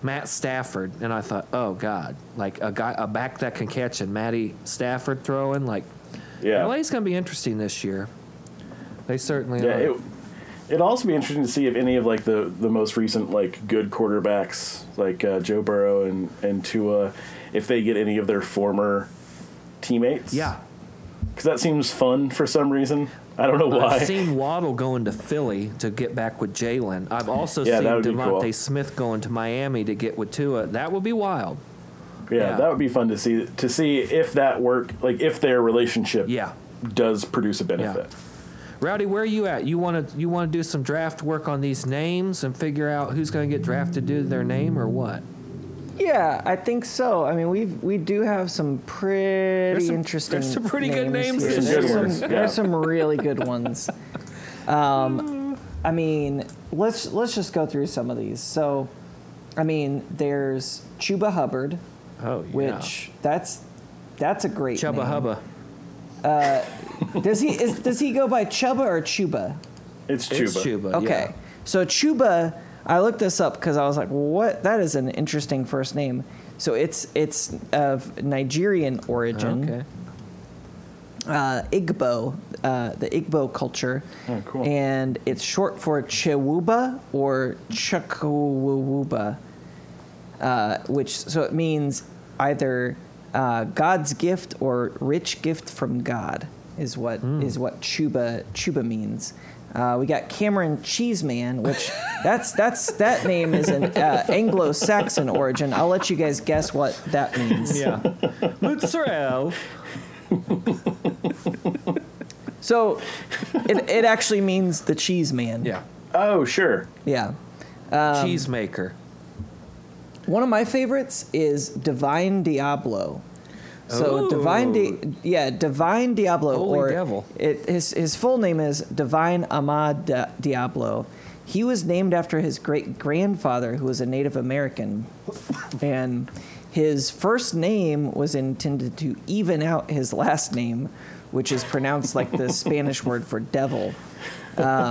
Speaker 2: Matt Stafford, and I thought, oh God, like a guy, a back that can catch, and Matty Stafford throwing like
Speaker 3: Yeah.
Speaker 2: LA's going to be interesting this year. They certainly
Speaker 3: Yeah,
Speaker 2: are.
Speaker 3: it, it'd also be interesting to see if any of like the the most recent like good quarterbacks like uh, Joe Burrow and and Tua, if they get any of their former teammates.
Speaker 2: yeah,
Speaker 3: because that seems fun for some reason. I don't know why.
Speaker 2: I've seen Waddle going to Philly to get back with Jalen. I've also
Speaker 3: Yeah,
Speaker 2: seen
Speaker 3: that would be
Speaker 2: Devontae
Speaker 3: cool.
Speaker 2: Smith going to Miami to get with Tua. That would be wild.
Speaker 3: yeah,
Speaker 2: yeah.
Speaker 3: that would be fun to see to see if that work like if their relationship
Speaker 2: Yeah.
Speaker 3: does produce a benefit.
Speaker 2: Rowdy, where are you at? You want to you want to do some draft work on these names and figure out who's going to get drafted due to their name or what?
Speaker 1: Yeah, I think so. I mean, we we do have some pretty
Speaker 2: some-
Speaker 1: interesting.
Speaker 2: there's some pretty good names
Speaker 1: here.
Speaker 3: this
Speaker 1: There's
Speaker 3: year.
Speaker 1: some,
Speaker 3: There's some good ones,
Speaker 1: there's
Speaker 3: yeah.
Speaker 1: some really good ones. Um, I mean, let's let's just go through some of these. So, I mean, there's Chuba Hubbard,
Speaker 2: Oh,
Speaker 1: which that's that's a great
Speaker 2: Chubba
Speaker 1: name.
Speaker 2: Hubba.
Speaker 1: Does he is, does he go by Chuba or Chuba?
Speaker 3: It's Chuba.
Speaker 2: It's Chuba.
Speaker 1: Okay.
Speaker 2: Uh, yeah.
Speaker 1: So Chuba, I looked this up because I was like, "What? That is an interesting first name." So it's it's of Nigerian origin.
Speaker 2: Oh, Okay.
Speaker 1: Uh, Igbo, uh, the Igbo culture,
Speaker 3: Oh, cool.
Speaker 1: and it's short for Chewuba or Chukwuwuba, uh, which so it means either uh, God's gift or rich gift from God is what is
Speaker 3: Hmm.
Speaker 1: what Chuba Chuba means. Uh, we got Cameron Cheeseman, which that's that's that name is an uh, Anglo-Saxon origin. I'll let you guys guess what that means.
Speaker 2: Yeah. Mozzarella.
Speaker 1: So it, it actually means the cheese man.
Speaker 2: Yeah.
Speaker 3: Oh sure.
Speaker 1: Yeah. Um,
Speaker 2: Cheese maker.
Speaker 1: One of my favorites is Divine Diablo. So
Speaker 2: Ooh.
Speaker 1: Divine Di- yeah, Divine Diablo
Speaker 2: Holy
Speaker 1: or
Speaker 2: devil.
Speaker 1: It, his his full name is Divine Ahmad Di- Diablo. He was named after his great grandfather who was a Native American. and his first name was intended to even out his last name, which is pronounced like the Spanish word for devil.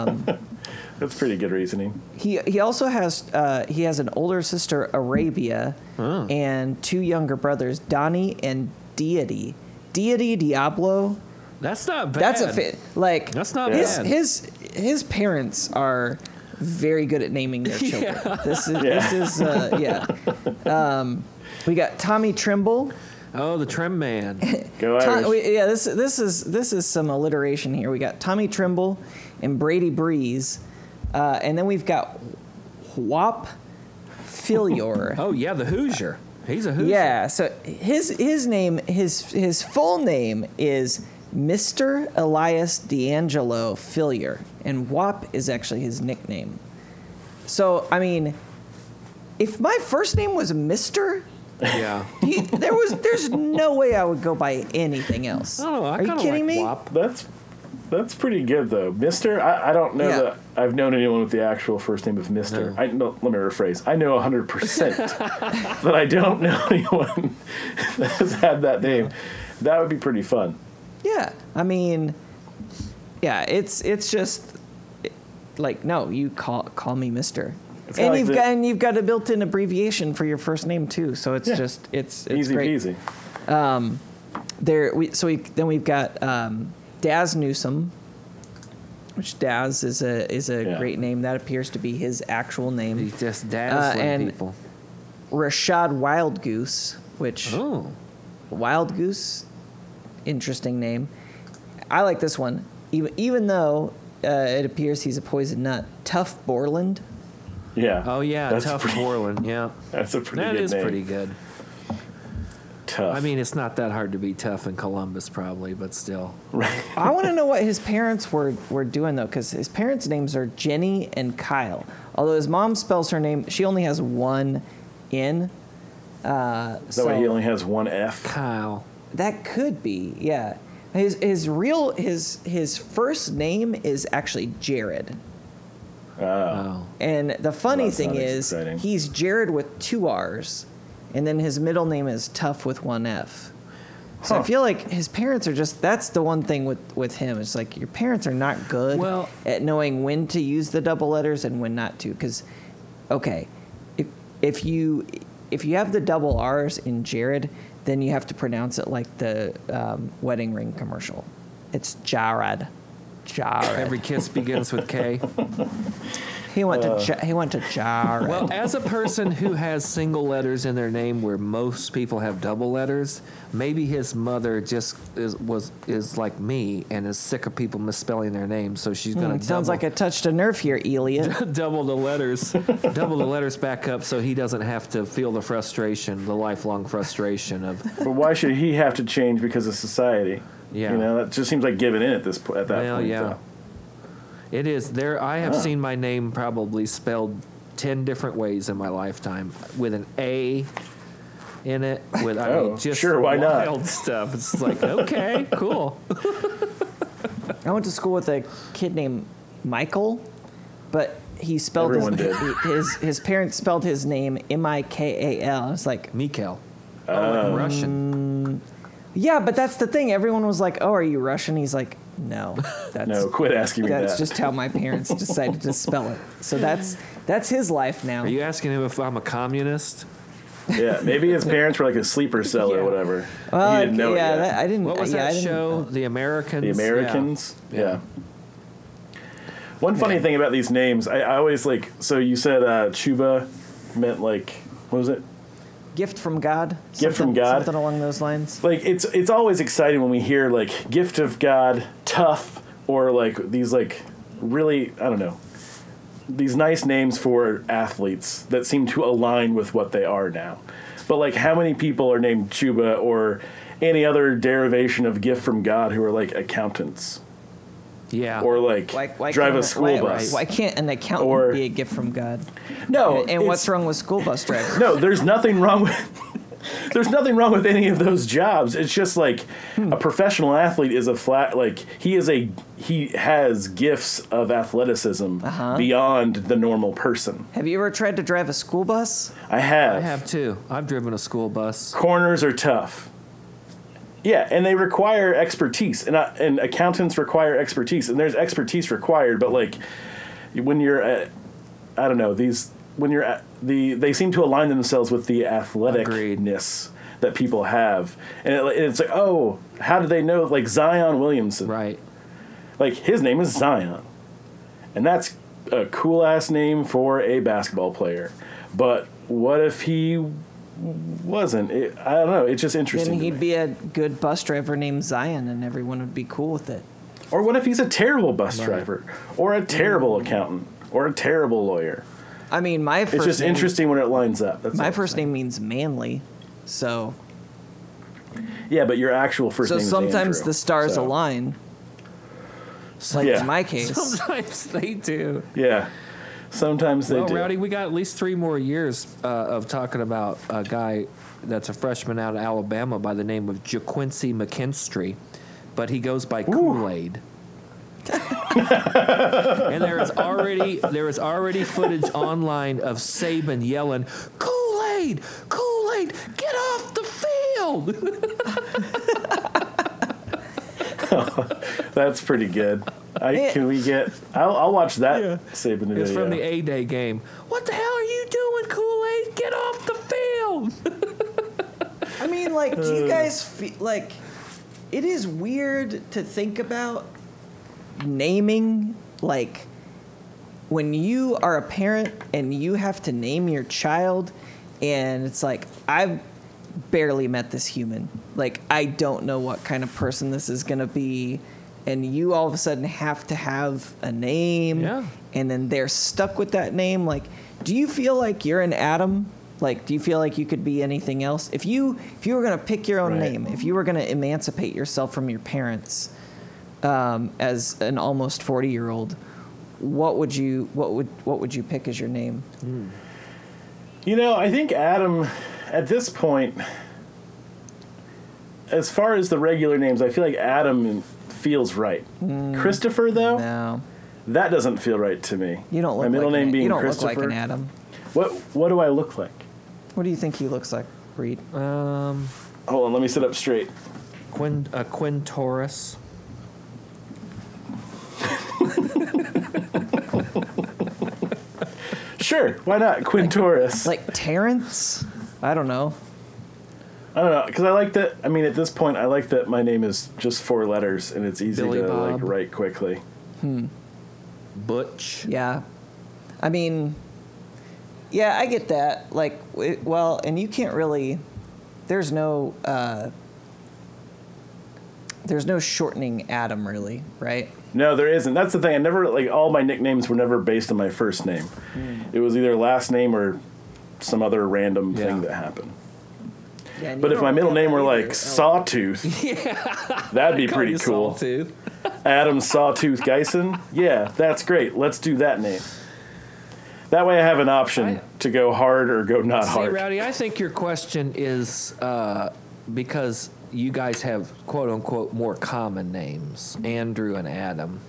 Speaker 3: That's pretty good reasoning.
Speaker 1: He he also has uh, he has an older sister Arabia
Speaker 2: Hmm.
Speaker 1: and two younger brothers Donnie and Deity. Deity Diablo.
Speaker 2: That's not bad.
Speaker 1: That's a fit. Like
Speaker 2: That's not
Speaker 1: his
Speaker 2: bad.
Speaker 1: his his parents are very good at naming their children. This is this is uh, yeah. Um, we got Tommy Trimble.
Speaker 2: Oh, the trim man.
Speaker 3: Go
Speaker 1: Tom-
Speaker 3: Irish.
Speaker 1: we- yeah, this this is this is some alliteration here. We got Tommy Trimble and Brady Breeze, uh, and then we've got Whop Filior.
Speaker 2: Oh yeah, the Hoosier. He's a Hoosier.
Speaker 1: yeah, so his his name his his full name is Mr. Elias D'Angelo Filior, and Whop is actually his nickname. So I mean, if my first name was Mister.
Speaker 2: Yeah.
Speaker 1: You, there was, there's no way I would go by anything else.
Speaker 2: I don't know. I
Speaker 1: Are you
Speaker 2: kinda
Speaker 1: kidding
Speaker 2: like
Speaker 1: me?
Speaker 2: Wop.
Speaker 3: That's That's pretty good though, Mister. I, I don't know
Speaker 1: Yeah.
Speaker 3: that I've known anyone with the actual first name of Mister. I no, let me rephrase. I know hundred percent that I don't know anyone that has had that name. That would be pretty fun.
Speaker 1: Yeah, I mean, yeah, it's it's just like no, you call call me Mister,
Speaker 3: It's
Speaker 1: and
Speaker 3: like
Speaker 1: you've
Speaker 3: the-
Speaker 1: got and you've got a built-in abbreviation for your first name too. So it's
Speaker 3: Yeah.
Speaker 1: just it's it's
Speaker 3: Easy
Speaker 1: great.
Speaker 3: peasy.
Speaker 1: There, we so we then we've got um, Daz Newsome, which Daz is a is a
Speaker 3: Yeah.
Speaker 1: great name that appears to be his actual name.
Speaker 2: He's just dazzling
Speaker 1: Uh, and-
Speaker 2: people.
Speaker 1: Rashad Wild Goose, which
Speaker 2: Oh,
Speaker 1: Wild Goose, interesting name. I like this one, even even though uh, it appears he's a poison nut. Tough Borland,
Speaker 3: Yeah.
Speaker 2: oh yeah,
Speaker 3: That's
Speaker 2: tough
Speaker 3: pretty-
Speaker 2: Borland. Yeah,
Speaker 3: That's a pretty
Speaker 2: that
Speaker 3: good
Speaker 2: is
Speaker 3: name.
Speaker 2: pretty good.
Speaker 3: tough.
Speaker 2: I mean, it's not that hard to be tough in Columbus, probably, but still.
Speaker 3: right.
Speaker 1: I want to know what his parents were, were doing though, because his parents' names are Jenny and Kyle. Although his mom spells her name, she only has one N. Uh,
Speaker 3: That way he only has one F.
Speaker 2: Kyle.
Speaker 1: that could be, yeah. His his real his his first name is actually Jared,
Speaker 2: Oh,
Speaker 1: and the funny
Speaker 3: Well, that's
Speaker 1: thing
Speaker 3: not as
Speaker 1: is
Speaker 3: exciting.
Speaker 1: he's Jared with two R's, and then his middle name is Tough with one F. So I
Speaker 3: Huh.
Speaker 1: feel like his parents are just that's the one thing with with him. It's like your parents are not good
Speaker 2: Well-
Speaker 1: at knowing when to use the double letters and when not to cuz okay, if if you if you have the double R's in Jared, then you have to pronounce it like the um, wedding ring commercial. It's Jared. Jared.
Speaker 2: every kiss begins with K.
Speaker 1: he went
Speaker 3: Uh.
Speaker 1: to Ja- he went to Jared.
Speaker 2: Well, as a person who has single letters in their name, where most people have double letters, maybe his mother just is, was is like me and is sick of people misspelling their names, so she's gonna
Speaker 1: it Hmm, sounds like
Speaker 2: double,
Speaker 1: I touched a nerve here, Elliot.
Speaker 2: double the letters, double the letters back up, so he doesn't have to feel the frustration, the lifelong frustration of
Speaker 3: But why should he have to change because of society?
Speaker 2: Yeah.
Speaker 3: You know, that just seems like giving in at this po- at that
Speaker 2: Well,
Speaker 3: point.
Speaker 2: yeah.
Speaker 3: though.
Speaker 2: It is there. I have seen my name probably spelled ten different ways in my lifetime with an A in it. With I
Speaker 3: Oh,
Speaker 2: mean, just
Speaker 3: sure, why not?
Speaker 2: wild stuff. It's like okay, cool.
Speaker 1: I went to school with a kid named Michael, but he spelled his,
Speaker 3: Everyone did.
Speaker 1: he- his his parents spelled his name M I K A L. It's like,
Speaker 2: Mikhail.
Speaker 3: Um,
Speaker 2: Oh, like Russian.
Speaker 1: yeah, but that's the thing. Everyone was like, "Oh, are you Russian?" He's like, "No, that's
Speaker 3: No, quit asking me
Speaker 1: that's
Speaker 3: that.
Speaker 1: just how my parents decided to spell it." So that's that's his life now.
Speaker 2: Are you asking him if I'm a communist?
Speaker 3: yeah, maybe his parents were like a sleeper cell
Speaker 2: Yeah.
Speaker 3: or whatever.
Speaker 1: Well,
Speaker 3: he didn't know
Speaker 1: yeah,
Speaker 3: it yet.
Speaker 1: that- I didn't.
Speaker 2: What was
Speaker 1: yeah, I
Speaker 2: that
Speaker 1: didn't-
Speaker 2: show? The Americans.
Speaker 3: the
Speaker 2: Yeah.
Speaker 3: Americans. Yeah.
Speaker 2: Yeah.
Speaker 3: One funny thing about these names, I, I always like. So you said uh, Chuba meant like what was it?
Speaker 1: Gift from God.
Speaker 3: Gift from
Speaker 1: Something-
Speaker 3: God.
Speaker 1: Something along those lines.
Speaker 3: Like it's it's always exciting when we hear like gift of God, tough, or like these like really I don't know these nice names for athletes that seem to align with what they are now. But like how many people are named Chuba or any other derivation of gift from God who are like accountants
Speaker 2: Yeah.
Speaker 3: or like
Speaker 1: Why, why
Speaker 3: drive
Speaker 1: can't
Speaker 3: a
Speaker 1: it-
Speaker 3: school
Speaker 1: why-
Speaker 3: bus?
Speaker 1: Why can't an accountant
Speaker 3: Or-
Speaker 1: be a gift from God?
Speaker 3: No,
Speaker 1: And what's
Speaker 3: Oh, it's-
Speaker 1: wrong with school bus drivers?
Speaker 3: No, there's nothing wrong with. There's nothing wrong with any of those jobs. It's just like
Speaker 2: Hmm.
Speaker 3: a professional athlete is a flat like he is a he has gifts of athleticism
Speaker 2: Uh-huh.
Speaker 3: beyond the normal person.
Speaker 1: Have you ever tried to drive a school bus?
Speaker 3: I have.
Speaker 2: I have too. I've driven a school bus.
Speaker 3: corners are tough. Yeah, and they require expertise, and I, and accountants require expertise, and there's expertise required. But like when you're, at, I don't know these when you're at the they seem to align themselves with the athleticness that people have, and, it, and it's like oh how do they know like Zion Williamson
Speaker 2: Right.
Speaker 3: like his name is Zion, and that's a cool ass name for a basketball player. But what if he wasn't? It, I don't know. It's just
Speaker 1: Then
Speaker 3: interesting. to
Speaker 1: he'd
Speaker 3: me.
Speaker 1: be a good bus driver named Zion, and everyone would be cool with it.
Speaker 3: or what if he's a terrible bus
Speaker 2: Right.
Speaker 3: driver, or a terrible accountant, or a terrible lawyer?
Speaker 1: I mean, my first
Speaker 3: It's just
Speaker 1: name,
Speaker 3: interesting when it lines up. That's all
Speaker 1: My
Speaker 3: I'm
Speaker 1: first
Speaker 3: saying.
Speaker 1: name means manly, so
Speaker 3: Yeah, but your actual first
Speaker 1: so
Speaker 3: name.
Speaker 1: sometimes
Speaker 3: is Andrew,
Speaker 1: the stars
Speaker 3: so-
Speaker 1: align. Like
Speaker 3: Yeah.
Speaker 1: in my case,
Speaker 2: Sometimes they do.
Speaker 3: Yeah. Sometimes they
Speaker 2: Well,
Speaker 3: do.
Speaker 2: Oh, Rowdy, we got at least three more years uh, of talking about a guy that's a freshman out of Alabama by the name of JaQuincy McKinstry, but he goes by Kool Aid. and there is already there is already footage online of Saban yelling, "Kool Aid, Kool Aid, get off the field!"
Speaker 3: That's pretty good. I,
Speaker 1: Yeah.
Speaker 3: can we get? I'll, I'll watch that
Speaker 2: Yeah.
Speaker 3: Saban video.
Speaker 2: It's from the A Day game. What the hell are you doing, Kool Aid? Get off the field!
Speaker 1: I mean, like, do you guys feel like it is weird to think about naming, like, when you are a parent and you have to name your child, and it's like, I've barely met this human. Like, I don't know what kind of person this is going to be. And you all of a sudden have to have a name
Speaker 2: Yeah.
Speaker 1: and then they're stuck with that name. Like, do you feel like you're an Adam? Like, do you feel like you could be anything else? If you if you were gonna pick your own
Speaker 3: Right.
Speaker 1: name, if you were gonna emancipate yourself from your parents um, as an almost forty year old, what would you what would what would you pick as your name?
Speaker 3: You know, I think Adam, at this point, as far as the regular names, I feel like Adam feels right.
Speaker 1: Hmm.
Speaker 3: Christopher, though,
Speaker 1: No,
Speaker 3: that doesn't feel right to me.
Speaker 1: you don't look
Speaker 3: Oh. My middle
Speaker 1: like
Speaker 3: name
Speaker 1: an,
Speaker 3: being
Speaker 1: you don't look
Speaker 3: Christopher.
Speaker 1: like an Adam.
Speaker 3: What What do I look like?
Speaker 1: What do you think he looks like, Reed?
Speaker 3: Uh.
Speaker 2: Um,
Speaker 3: Hold on, let me sit up straight.
Speaker 2: Quin uh, a Quin Taurus.
Speaker 3: Sure, why not Quintorus?
Speaker 1: Like Terrence? I don't know.
Speaker 3: I don't know, because I like that. I mean, at this point, I like that my name is just four letters and it's easy
Speaker 2: Billy
Speaker 3: to like
Speaker 2: Bob.
Speaker 3: write quickly.
Speaker 2: Butch.
Speaker 1: Yeah. I mean, yeah, I get that. Like, w well, and you can't really, there's no, uh, there's no shortening Adam really, right?
Speaker 3: No, there isn't. That's the thing. I never like all my nicknames were never based on my first name.
Speaker 2: Hmm.
Speaker 3: It was either last name or some other random
Speaker 2: Yeah.
Speaker 3: thing that happened. But if my middle name were
Speaker 2: Oh.
Speaker 3: like Sawtooth, that'd be pretty cool.
Speaker 2: Sawtooth.
Speaker 3: Adam Sawtooth Geisen. Yeah, that's great. Let's do that name. That way, I have an option
Speaker 2: I-
Speaker 3: to go hard or go not
Speaker 2: See,
Speaker 3: hard.
Speaker 2: Rowdy, I think your question is uh, because you guys have quote unquote more common names, Andrew and Adam.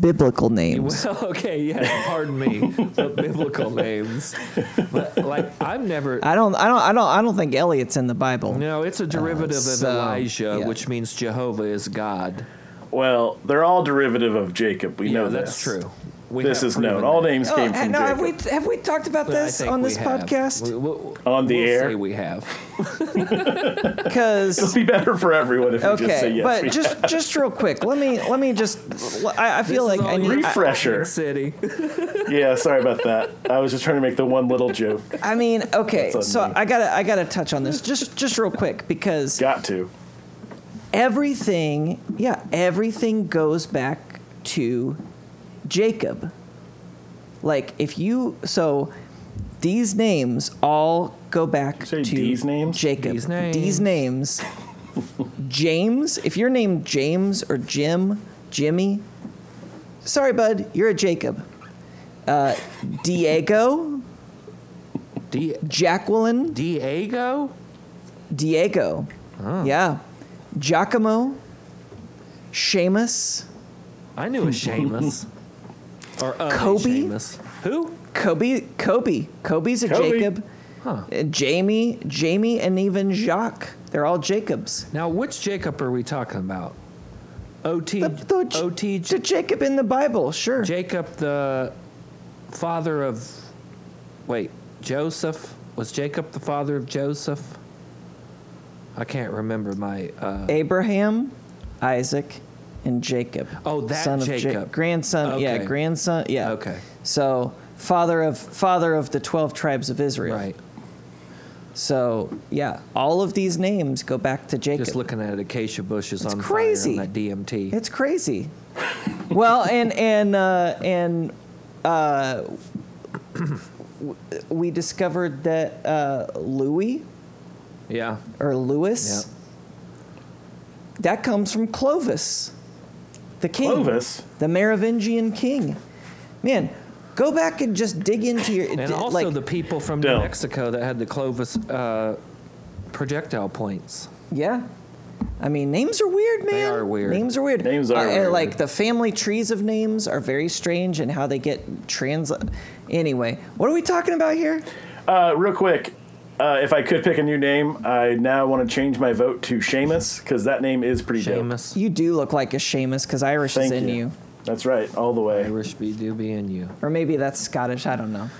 Speaker 1: biblical names.
Speaker 2: Well, okay, yeah, pardon me, the biblical names. But like, I've never.
Speaker 1: I don't, I don't, I don't, I don't think Elliot's in the Bible.
Speaker 2: No, it's a derivative
Speaker 1: so,
Speaker 2: of Elijah,
Speaker 1: yeah.
Speaker 2: which means Jehovah is God.
Speaker 3: Well, they're all derivative of Jacob. We
Speaker 2: Yeah,
Speaker 3: know
Speaker 2: that's
Speaker 3: this.
Speaker 2: true. We
Speaker 3: This
Speaker 2: have
Speaker 3: is
Speaker 2: proven
Speaker 3: known. All
Speaker 2: that.
Speaker 3: names
Speaker 1: Oh,
Speaker 3: came from
Speaker 1: no, have
Speaker 3: Jacob.
Speaker 1: we have we talked about
Speaker 2: But I
Speaker 1: this
Speaker 2: think
Speaker 1: on
Speaker 2: we
Speaker 1: this
Speaker 2: have. We-
Speaker 1: podcast?
Speaker 2: we-
Speaker 3: On the
Speaker 2: we'll
Speaker 3: air?
Speaker 2: say we have.
Speaker 1: Because
Speaker 3: It'll be better for everyone if we just say
Speaker 1: okay,
Speaker 3: yes. we
Speaker 1: but just just real quick, let me let me just. I, I feel
Speaker 2: This is
Speaker 1: like I
Speaker 2: all
Speaker 1: need.
Speaker 2: you-
Speaker 1: I-
Speaker 3: Refresher.
Speaker 2: City.
Speaker 3: yeah, sorry about that. I was just trying to make the one little joke.
Speaker 1: I mean, okay,
Speaker 3: That's on
Speaker 1: so
Speaker 3: me.
Speaker 1: I gotta I gotta touch on this just just real quick because
Speaker 3: Got to.
Speaker 1: everything, yeah, everything goes back to Jacob. Like if you so these names all go back
Speaker 3: say
Speaker 1: to
Speaker 3: these names?
Speaker 1: Jacob.
Speaker 2: These
Speaker 1: These
Speaker 2: names.
Speaker 1: names. James, if you're named James or Jim, Jimmy, sorry bud, you're a Jacob. Uh, Diego,
Speaker 2: Di-
Speaker 1: Jacqueline,
Speaker 2: Diego?
Speaker 1: Diego.
Speaker 2: Ah.
Speaker 1: Yeah. Giacomo. Seamus.
Speaker 2: I knew a Seamus. or a
Speaker 1: Kobe?
Speaker 2: Seamus. Who?
Speaker 1: Kobe. Kobe. Kobe's a
Speaker 3: Kobe.
Speaker 1: Jacob.
Speaker 2: Huh.
Speaker 1: Uh, Jamie. Jamie and even Jacques. They're all Jacobs.
Speaker 2: Now, which Jacob are we talking about? OT.
Speaker 1: The, the, J-
Speaker 2: OT.
Speaker 1: the Jacob in the Bible, sure.
Speaker 2: Jacob, the father of. Wait, Joseph? Was Jacob the father of Joseph? I can't remember my. Uh,
Speaker 1: Abraham, Isaac, and Jacob.
Speaker 2: Oh, that
Speaker 1: son of Ja-
Speaker 2: Jacob.
Speaker 1: grandson. Yeah,
Speaker 2: Okay.
Speaker 1: grandson. Yeah.
Speaker 2: Okay.
Speaker 1: So father of father of the twelve tribes of Israel.
Speaker 2: right.
Speaker 1: So yeah, all of these names go back to Jacob.
Speaker 2: Just looking at acacia bushes on
Speaker 1: crazy.
Speaker 2: fire on that DMT.
Speaker 1: It's crazy. well, and and uh, and uh, w- we discovered that uh, Louis
Speaker 2: yeah.
Speaker 1: or Lewis that comes from Clovis, the king,
Speaker 3: Clovis?
Speaker 1: the Merovingian king. Man, go back and just dig into your
Speaker 2: And
Speaker 1: d-
Speaker 2: also
Speaker 1: like,
Speaker 2: the people from
Speaker 3: Don't.
Speaker 2: New Mexico that had the Clovis uh, projectile points.
Speaker 1: yeah. I mean, names are weird, man.
Speaker 2: are weird.
Speaker 1: Names are weird.
Speaker 3: Names are
Speaker 1: Uh, and,
Speaker 3: weird.
Speaker 1: Like the family trees of names are very strange, and how they get trans. Anyway, what are we talking about here?
Speaker 3: Uh, real quick, uh, if I could pick a new name, I now want to change my vote to Seamus because that name is pretty dope.
Speaker 2: Seamus,
Speaker 1: You do look like a Seamus because Irish
Speaker 3: Thank
Speaker 1: is in
Speaker 3: you.
Speaker 1: you.
Speaker 3: That's right, all the way.
Speaker 2: Irish be doobie and you.
Speaker 1: or maybe that's Scottish. I don't know.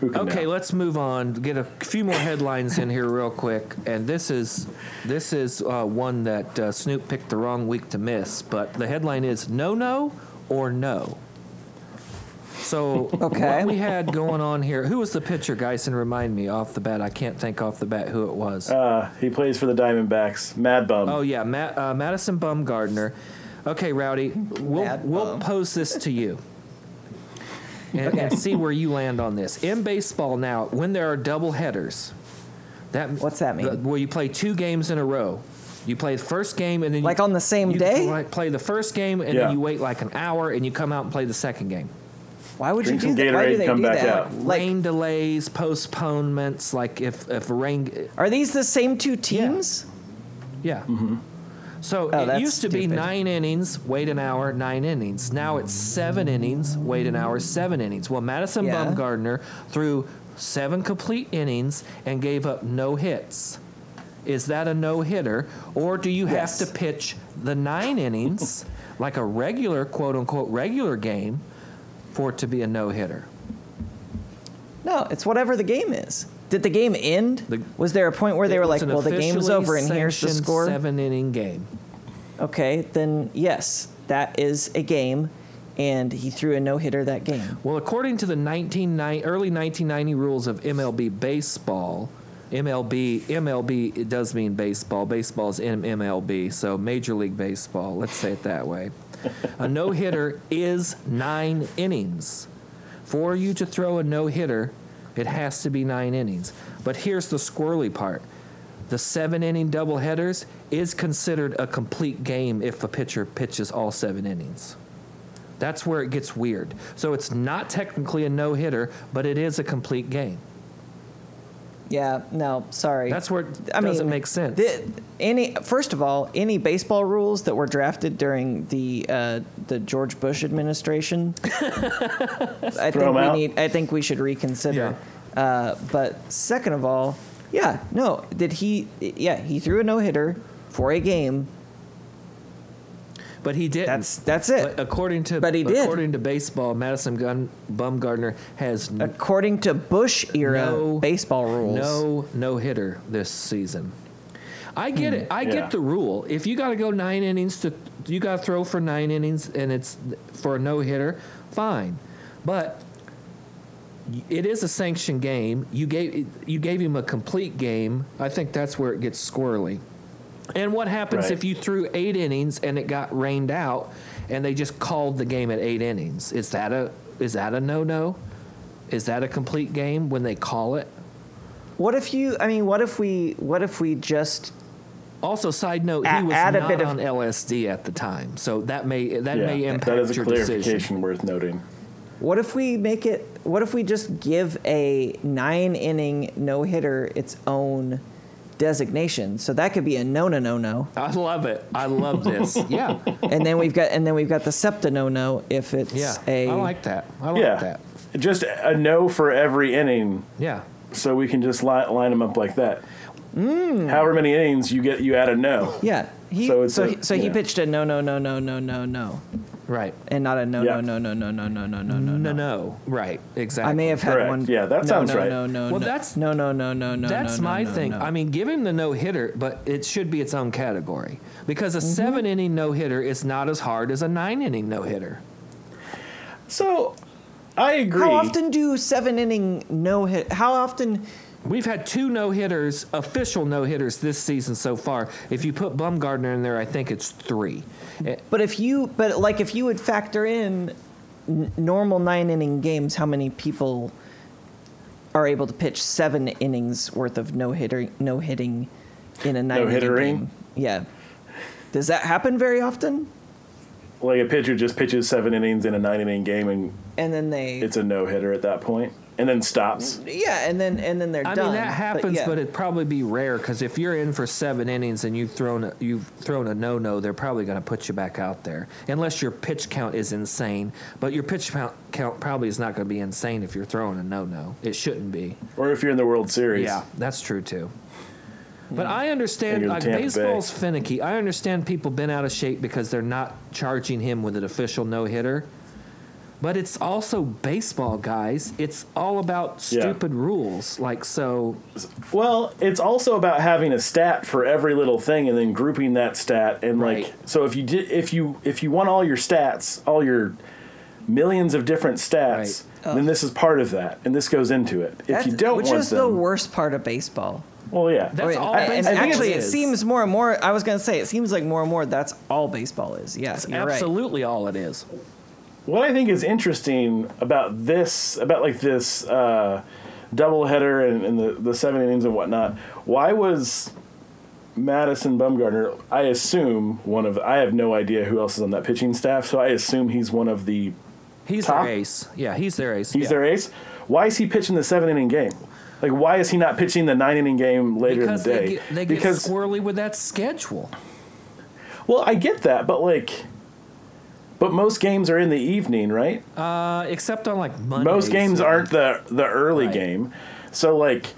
Speaker 3: Who can
Speaker 2: Okay,
Speaker 3: know?
Speaker 2: let's move on. Get a few more headlines in here real quick, and this is this is uh, one that uh, Snoop picked the wrong week to miss. But the headline is "No No or No." So
Speaker 1: Okay.
Speaker 2: what we had going on here? Who was the pitcher, guys? And remind me off the bat. I can't think off the bat who it was.
Speaker 3: Uh, he plays for the Diamondbacks. Mad bum.
Speaker 2: Oh yeah, Matt, uh, Madison Bumgardner. Okay, Rowdy, we'll
Speaker 1: Bad
Speaker 2: we'll
Speaker 1: bum.
Speaker 2: pose this to you. And, and see where you land on this. In baseball now, when there are double headers, that
Speaker 1: What's that mean?
Speaker 2: the- where you play two games in a row. You play the first game and then
Speaker 1: Like
Speaker 2: you,
Speaker 1: on the same
Speaker 2: you
Speaker 1: day?
Speaker 2: like play the first game and
Speaker 3: Yeah.
Speaker 2: then you wait like an hour and you come out and play the second game.
Speaker 1: Why would
Speaker 3: Drink
Speaker 1: you do
Speaker 3: some
Speaker 1: that? Why do
Speaker 3: Gatorade,
Speaker 1: they
Speaker 3: come
Speaker 1: do
Speaker 3: back
Speaker 1: that?
Speaker 3: out.
Speaker 1: Like,
Speaker 2: rain delays, postponements. Like if if rain,
Speaker 1: are these the same two teams?
Speaker 2: Yeah. So
Speaker 1: Mm-hmm. Oh,
Speaker 2: it
Speaker 1: that's
Speaker 2: used to be
Speaker 1: stupid.
Speaker 2: nine innings, wait an hour, nine innings. Now it's seven innings, wait an hour, seven innings. Well, Madison
Speaker 1: Yeah.
Speaker 2: Bumgarner threw seven complete innings and gave up no hits. Is that a no hitter? Or do you
Speaker 1: Yes.
Speaker 2: have to pitch the nine innings like a regular, quote unquote, regular game for it to be a no hitter?
Speaker 1: No, it's whatever the game is. Did the game end?
Speaker 2: The-
Speaker 1: was there a point where they were like, "Well, the game's over and here's the score"?
Speaker 2: Seven inning game.
Speaker 1: Okay, then yes, that is a game, and he threw a no hitter that game.
Speaker 2: Well, according to the 1990, early 1990 rules of MLB baseball, MLB MLB it does mean baseball. Baseball is in MLB, so Major League Baseball. Let's say it that way. a no hitter is nine innings. For you to throw a no hitter, it has to be nine innings. But here's the squirrely part: the seven inning doubleheaders is considered a complete game if a pitcher pitches all seven innings. That's where it gets weird. So it's not technically a no hitter, but it is a complete game.
Speaker 1: Yeah, no, sorry.
Speaker 2: That's where it doesn't make sense.
Speaker 1: the- any first of all, any baseball rules that were drafted during the uh, the George Bush administration, I
Speaker 3: Throw 'em
Speaker 1: think we
Speaker 3: out.
Speaker 1: need. I think we should reconsider. Uh, but second of all, yeah, no, did he? Yeah, he threw a no hitter for a game.
Speaker 2: but he didn't.
Speaker 1: That's that's it.
Speaker 2: But according to
Speaker 1: But he did.
Speaker 2: according to baseball, Madison Gun Bumgardner has n-
Speaker 1: According to Bush era
Speaker 2: No-
Speaker 1: baseball rules,
Speaker 2: no no hitter this season. I get it. I
Speaker 3: Yeah.
Speaker 2: get the rule. If you got to go nine innings to you got to throw for nine innings and it's for a no hitter, fine. But it is a sanctioned game. You gave you gave him a complete game. I think that's where it gets squirrely. And what happens
Speaker 3: Right.
Speaker 2: if you threw eight innings and it got rained out, and they just called the game at eight innings? Is that a is that a no no? Is that a complete game when they call it?
Speaker 1: What if you? I mean, what if we? What if we just?
Speaker 2: Also, side note, he
Speaker 1: A-
Speaker 2: was
Speaker 1: add a
Speaker 2: not
Speaker 1: bit of-
Speaker 2: on LSD at the time, so that may that
Speaker 3: Yeah,
Speaker 2: may impact
Speaker 3: that is a
Speaker 2: your
Speaker 3: clarification
Speaker 2: decision.
Speaker 3: worth noting.
Speaker 1: What if we make it? What if we just give a nine inning no hitter its own designation? So that could be a no no no no,
Speaker 2: I love it. I love this. yeah,
Speaker 1: and then we've got and then we've got the septa no no if it's
Speaker 2: yeah.
Speaker 1: a
Speaker 2: I like that. I like
Speaker 3: yeah,
Speaker 2: that.
Speaker 3: just a no for every inning,
Speaker 2: Yeah.
Speaker 3: so we can just li- line them up like that.
Speaker 2: Mm.
Speaker 3: However many innings you get, you add a no.
Speaker 1: yeah. He,
Speaker 3: So
Speaker 1: so
Speaker 3: it's a-
Speaker 1: he, so he
Speaker 3: yeah.
Speaker 1: pitched a no no no no no no no
Speaker 2: Right.
Speaker 1: and not a no
Speaker 3: Yeah.
Speaker 1: no no no no no no no no no.
Speaker 2: No, no. Right. Exactly.
Speaker 1: I may have had
Speaker 3: Correct.
Speaker 1: one.
Speaker 3: Yeah, that
Speaker 1: no,
Speaker 3: sounds
Speaker 1: no,
Speaker 3: right.
Speaker 1: No, no,
Speaker 2: Well,
Speaker 1: no,
Speaker 2: that's-
Speaker 1: no, no, no, no, no.
Speaker 2: That's
Speaker 1: no,
Speaker 2: my
Speaker 1: no,
Speaker 2: thing.
Speaker 1: No.
Speaker 2: I mean, give him the no hitter, but it should be its own category because
Speaker 1: Mm-hmm.
Speaker 2: a seven inning no hitter is not as hard as a nine inning no hitter.
Speaker 3: So I agree.
Speaker 1: how often do seven inning no hit? How often?
Speaker 2: We've had two no hitters, official no hitters this season so far. If you put Bumgardner in there, I think it's three. Eh,
Speaker 1: But if you, but like if you would factor in n- normal nine inning games, how many people are able to pitch seven innings worth of no hitter, no hitting in a nine
Speaker 3: hittering?
Speaker 1: game? Yeah. Does that happen very often?
Speaker 3: Like a pitcher just pitches seven innings in a nine inning game, and
Speaker 1: And then they
Speaker 3: it's a no hitter at that point. and then stops.
Speaker 1: Yeah, and then and then they're
Speaker 2: I
Speaker 1: done.
Speaker 2: mean that happens, but,
Speaker 1: yeah.
Speaker 2: it'd probably be rare because if you're in for seven innings and you've thrown a, you've thrown a no no, they're probably going to put you back out there unless your pitch count is insane. But your pitch count, count probably is not going to be insane if you're throwing a no no. It shouldn't be.
Speaker 3: Or if you're in the World Series.
Speaker 2: Yeah, that's true too.
Speaker 1: Hmm.
Speaker 2: But I
Speaker 3: And
Speaker 2: understand
Speaker 3: you're the
Speaker 2: like
Speaker 3: Tampa Bay.
Speaker 2: baseball's finicky. I understand people been out of shape because they're not charging him with an official no hitter. But it's also baseball, guys. It's all about
Speaker 3: Yeah.
Speaker 2: stupid rules. Like so,
Speaker 3: Well, it's also about having a stat for every little thing and then grouping that stat and
Speaker 2: Right.
Speaker 3: like so if you did if you if you want all your stats, all your millions of different stats, then this is part of that and this goes into it. If
Speaker 1: That's-
Speaker 3: you don't
Speaker 1: which
Speaker 3: want
Speaker 1: is
Speaker 3: them,
Speaker 1: the worst part of baseball.
Speaker 3: well yeah.
Speaker 2: That's
Speaker 1: I mean,
Speaker 2: all
Speaker 1: I- and
Speaker 2: baseball
Speaker 1: actually, it
Speaker 2: is.
Speaker 1: seems more and more. I was gonna say it seems like more and more that's all baseball is. Yeah, you're right.
Speaker 2: absolutely all it is.
Speaker 3: what I think is interesting about this, about like this uh, doubleheader and, and the, the seven innings and whatnot, why was Madison Bumgarner? I assume one of I have no idea who else is on that pitching staff, so I assume he's one of the
Speaker 2: He's
Speaker 3: Top?
Speaker 2: their ace. Yeah, he's their ace.
Speaker 3: he's
Speaker 2: yeah.
Speaker 3: their ace. Why is he pitching the seven inning game? Like why is he not pitching the nine inning game later
Speaker 2: because
Speaker 3: in the day?
Speaker 2: they get, they get
Speaker 3: because
Speaker 2: squirrely with that schedule.
Speaker 3: well, I get that, but like, but most games are in the evening, right?
Speaker 2: Uh, except on like Mondays.
Speaker 3: most games
Speaker 2: yeah.
Speaker 3: aren't the the early
Speaker 2: Right.
Speaker 3: game so like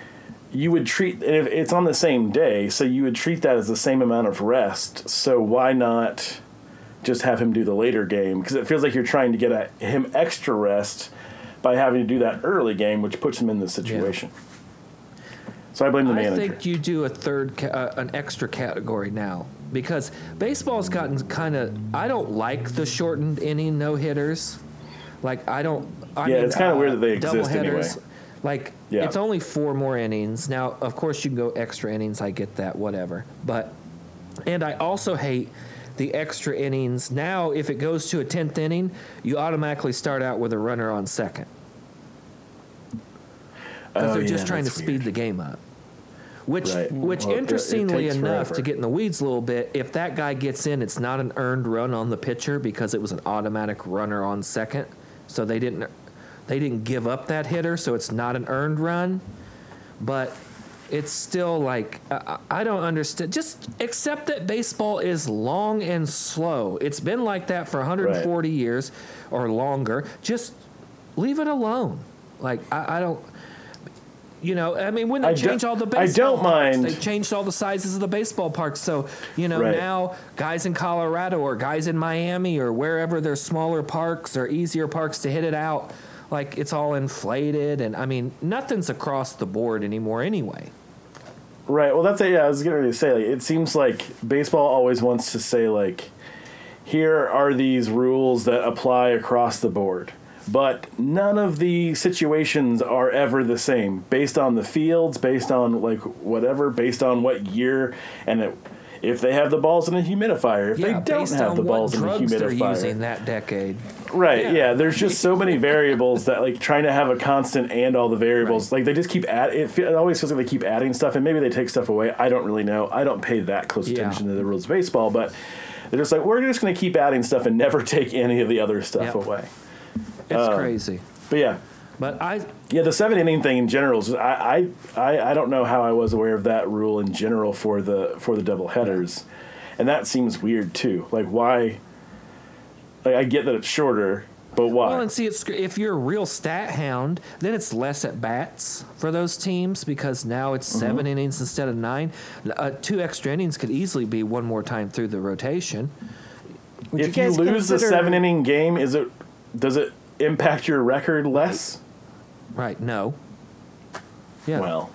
Speaker 3: you would treat and if it's on the same day so you would treat that as the same amount of rest so why not just have him do the later game because it feels like you're trying to get a, him extra rest by having to do that early game which puts him in this situation so i blame the
Speaker 2: I
Speaker 3: manager
Speaker 2: think you do a third, ca- uh, an extra category now because baseball's gotten kind of. I don't like the shortened inning no hitters. Like I don't. I
Speaker 3: Yeah,
Speaker 2: mean,
Speaker 3: it's kinda
Speaker 2: uh,
Speaker 3: weird that they exist anyway.
Speaker 2: doubleheaders. Like
Speaker 3: Yeah.
Speaker 2: it's only four more innings now. Of course, you can go extra innings. I get that. Whatever, but and I also hate the extra innings. Now, if it goes to a tenth inning, you automatically start out with a runner on second because
Speaker 3: Oh,
Speaker 2: they're
Speaker 3: yeah,
Speaker 2: just trying to
Speaker 3: that's
Speaker 2: speed
Speaker 3: weird.
Speaker 2: the game up. Which,
Speaker 3: Right.
Speaker 2: which
Speaker 3: Well, it- it
Speaker 2: interestingly
Speaker 3: takes
Speaker 2: enough,
Speaker 3: forever.
Speaker 2: to get in the weeds a little bit, if that guy gets in, it's not an earned run on the pitcher because it was an automatic runner on second. So they didn't, they didn't give up that hitter, so it's not an earned run. But it's still like I, I I don't understand. Just accept that baseball is long and slow. It's been like that for 140 years or longer. Just leave it alone. Like I, I don't. You know, I mean, when
Speaker 3: I
Speaker 2: they
Speaker 3: don't-
Speaker 2: change all the
Speaker 3: I
Speaker 2: baseball
Speaker 3: don't
Speaker 2: parks,
Speaker 3: mind-
Speaker 2: they changed all the sizes of the baseball parks. So you know
Speaker 3: Right.
Speaker 2: now, guys in Colorado or guys in Miami or wherever there's smaller parks or easier parks to hit it out, like it's all inflated. And I mean, nothing's across the board anymore anyway.
Speaker 3: Right. Well, that's it. Yeah, I was getting ready to say. Like, it seems like baseball always wants to say like, here are these rules that apply across the board, but none of the situations are ever the same based on the fields, based on like whatever, based on what year, and it, if they have the balls in a humidifier, if
Speaker 2: yeah,
Speaker 3: they don't
Speaker 2: based
Speaker 3: have
Speaker 2: on
Speaker 3: the
Speaker 2: what
Speaker 3: balls in a
Speaker 2: drugs they're
Speaker 3: humidifier,
Speaker 2: using that decade.
Speaker 3: Right.
Speaker 2: Yeah.
Speaker 3: Yeah. There's just so many variables that like trying to have a constant and all the variables like they just keep add. It, fe- it always feels like they keep adding stuff and maybe they take stuff away. I don't really know. I don't pay that close
Speaker 2: Yeah.
Speaker 3: attention to the rules of baseball, but they're just like we're just going to keep adding stuff and never take any of the other stuff
Speaker 2: Yep.
Speaker 3: away.
Speaker 2: It's
Speaker 3: Um,
Speaker 2: crazy.
Speaker 3: But yeah,
Speaker 2: But I,
Speaker 3: yeah. The seven inning thing in general. Is, I, I I I don't know how I was aware of that rule in general for the for the double headers, and that seems weird too. Like why? Like I get that it's shorter, but why?
Speaker 2: Well, and see, it's, if you're a real stat hound, then it's less at bats for those teams because now it's
Speaker 1: Mm-hmm.
Speaker 2: seven innings instead of nine. Uh, two extra innings could easily be one more time through the rotation.
Speaker 1: Would
Speaker 3: if you,
Speaker 1: guys
Speaker 3: lose the
Speaker 1: consider-
Speaker 3: seven inning game, is it does it impact your record less?
Speaker 2: Right? No. Yeah.
Speaker 3: Well,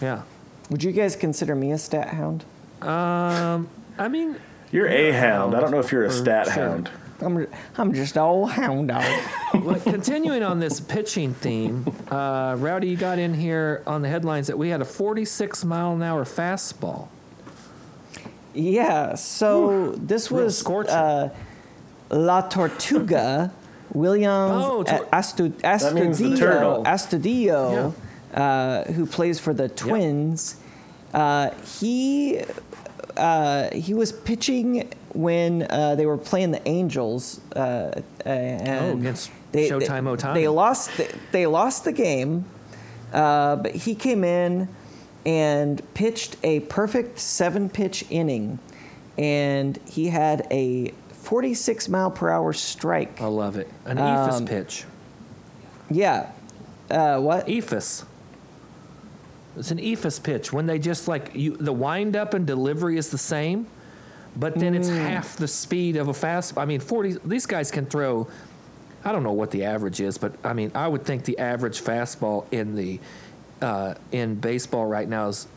Speaker 2: Yeah.
Speaker 1: Would you guys consider me a stat hound?
Speaker 2: I mean,
Speaker 3: you're a hound. I don't know if you're a
Speaker 2: For
Speaker 3: stat
Speaker 2: sure.
Speaker 3: hound.
Speaker 1: I'm I'm just an old hound dog.
Speaker 2: like, continuing on this pitching theme, uh, Rowdy, you got in here on the headlines that we had a 46 mile an hour fastball.
Speaker 1: yeah. So this
Speaker 2: real
Speaker 1: was
Speaker 2: scorcher.
Speaker 1: uh, La Tortuga, Williams uh,
Speaker 2: Oh, Tor-
Speaker 1: Astu-
Speaker 3: means the
Speaker 1: Astudillo,
Speaker 3: turtle.
Speaker 1: Astudillo uh, who plays for the Twins. Uh, he uh, he was pitching when uh, they were playing the Angels. Uh, and
Speaker 2: Oh, against Showtime oh Ohtani.
Speaker 1: They lost. They, they lost the game, uh, but he came in and pitched a perfect seven-pitch inning, and he had a 46 mile per hour strike.
Speaker 2: I love it. An
Speaker 1: Um,
Speaker 2: Ephus pitch.
Speaker 1: Yeah. Uh, what?
Speaker 2: Ephus. It's an Ephus pitch when they just like you. The wind up and delivery is the same, but then it's half the speed of a fast. I mean, forty. These guys can throw. I don't know what the average is, but I mean, I would think the average fastball in the uh, in baseball right now is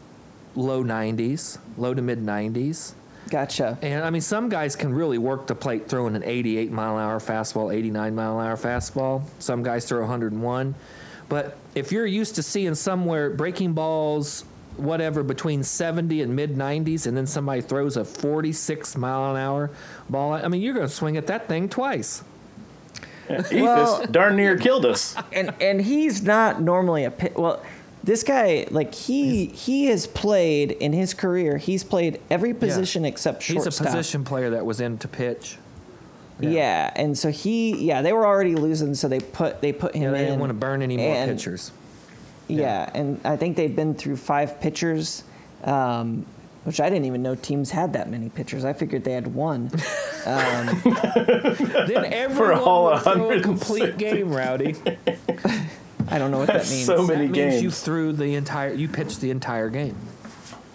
Speaker 2: low nineties, low to mid nineties.
Speaker 1: Gotcha.
Speaker 2: And I mean, some guys can really work the plate throwing an 88 mile an hour fastball, 89 mile an hour fastball. Some guys throw 101. But if you're used to seeing somewhere breaking balls, whatever, between 70 and mid 90s, and then somebody throws a 46 mile an hour ball, I mean, you're going to swing at that thing twice.
Speaker 1: Well-
Speaker 3: Ethos darn near killed us.
Speaker 1: and and he's not normally a pi well this guy like he he has played in his career he's played every position except
Speaker 2: He's
Speaker 1: shortstop
Speaker 2: a position player that was in to pitch.
Speaker 1: yeah. and so he yeah they were already losing so they put they put him
Speaker 2: Yeah, they
Speaker 1: in
Speaker 2: didn't want to burn any more
Speaker 1: and-
Speaker 2: pitchers.
Speaker 1: yeah. and i think they've been through five pitchers um which I didn't even know teams had that many pitchers. I figured they had one.
Speaker 2: then everyone
Speaker 3: all
Speaker 2: would throw a
Speaker 3: 160.
Speaker 2: complete game, Rowdy.
Speaker 1: I don't know what that means.
Speaker 3: so many
Speaker 2: that means you
Speaker 3: games.
Speaker 2: threw the entire, you pitched the entire game.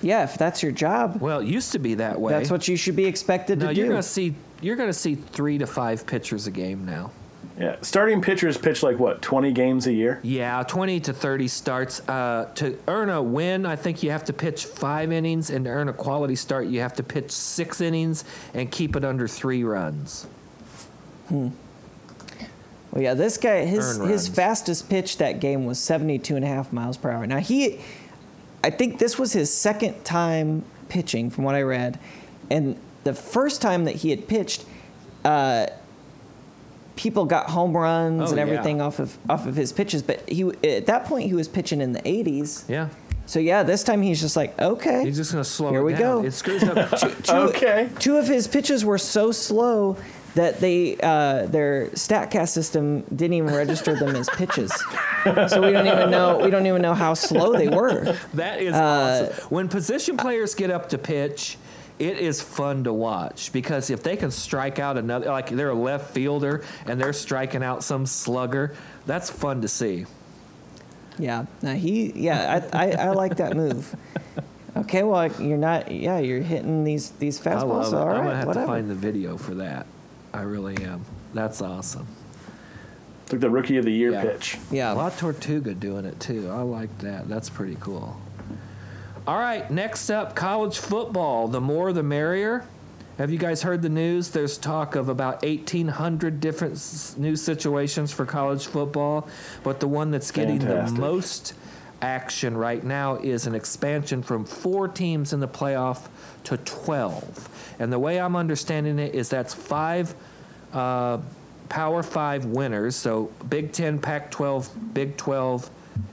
Speaker 1: yeah, if that's your job,
Speaker 2: Well, it used to be that way.
Speaker 1: that's what you should be expected
Speaker 2: No,
Speaker 1: to
Speaker 2: you're
Speaker 1: do.
Speaker 2: gonna see. You're gonna see three to five pitchers a game now.
Speaker 3: Yeah, starting pitchers pitch like what twenty games a year.
Speaker 2: Yeah, twenty to thirty starts. Uh, to earn a win, I think you have to pitch five innings, and to earn a quality start, you have to pitch six innings and keep it under three runs.
Speaker 1: Well, yeah, this guy, his,
Speaker 2: Earn
Speaker 1: his
Speaker 2: runs.
Speaker 1: fastest pitch that game was 72 and a half miles per hour. Now, he, I think this was his second time pitching, from what I read. And the first time that he had pitched, uh, people got home runs
Speaker 2: Oh,
Speaker 1: and
Speaker 2: yeah.
Speaker 1: everything off of off of his pitches. But he at that point, he was pitching in the 80s.
Speaker 2: Yeah,
Speaker 1: So, yeah, this time he's just like, okay.
Speaker 2: he's just gonna slow.
Speaker 1: Here
Speaker 2: it
Speaker 1: we
Speaker 2: down.
Speaker 1: go.
Speaker 2: It screws up.
Speaker 1: Two,
Speaker 3: Okay.
Speaker 1: Two of his pitches were so slow that they uh, their Statcast system didn't even register them as pitches. So we don't even know we don't even know how slow they were.
Speaker 2: That is
Speaker 1: Uh,
Speaker 2: awesome. When position players get up to pitch, it is fun to watch because if they can strike out another, like they're a left fielder and they're striking out some slugger, that's fun to see.
Speaker 1: Yeah. Now he yeah I, I, I like that move. Okay, well you're not yeah you're hitting these these
Speaker 2: I
Speaker 1: fastballs.
Speaker 2: love it.
Speaker 1: so All
Speaker 2: I'm
Speaker 1: right,
Speaker 2: gonna have
Speaker 1: whatever.
Speaker 2: to find the video for that. I really am. That's awesome.
Speaker 3: It's like the rookie of the year
Speaker 2: Yeah.
Speaker 3: pitch.
Speaker 1: yeah.
Speaker 2: La Tortuga doing it too. I like that. That's pretty cool. All right, next up, college football. The more the merrier. Have you guys heard the news? There's talk of about 1,800 different s- new situations for college football, but the one that's getting
Speaker 3: Fantastic.
Speaker 2: the most action right now is an expansion from four teams in the playoff to 12. And the way I'm understanding it is that's five uh, Power Five winners, so Big Ten, Pac 12, Big E 12,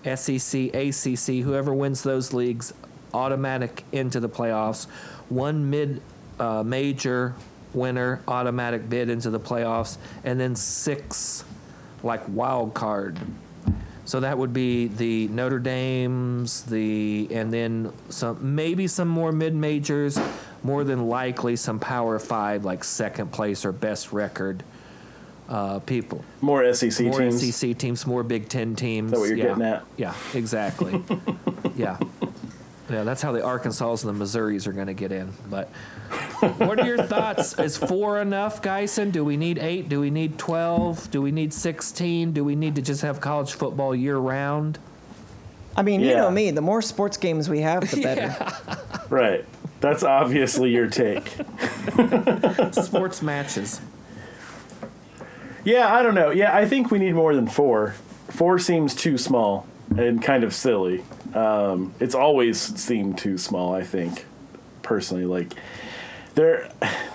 Speaker 2: SEC, ACC, whoever wins those leagues, automatic into the playoffs. One mid uh, major winner, automatic bid into the playoffs, and then six like wild card. So that would be the Notre Dame's, the and then some, maybe some more mid majors. More than likely, some Power Five like second place or best record uh, people.
Speaker 3: More SEC
Speaker 2: more E
Speaker 3: teams.
Speaker 2: SEC teams, more Big Ten teams.
Speaker 3: that what you're
Speaker 2: yeah.
Speaker 3: getting at?
Speaker 2: Yeah, exactly. yeah, yeah. That's how the Arkansas and the Missouris are going to get in. But what are your thoughts? Is four enough, Geisen? Do we need eight? Do we need twelve? Do we need sixteen? Do we need to just have college football year round?
Speaker 1: I mean you
Speaker 3: Yeah.
Speaker 1: know me, the more sports games we have, the better.
Speaker 3: Right. That's obviously your take.
Speaker 2: Sports matches.
Speaker 3: Yeah, I don't know. Yeah, I think we need more than four. Four seems too small and kind of silly. Um, it's always seemed too small. I think, personally, like there,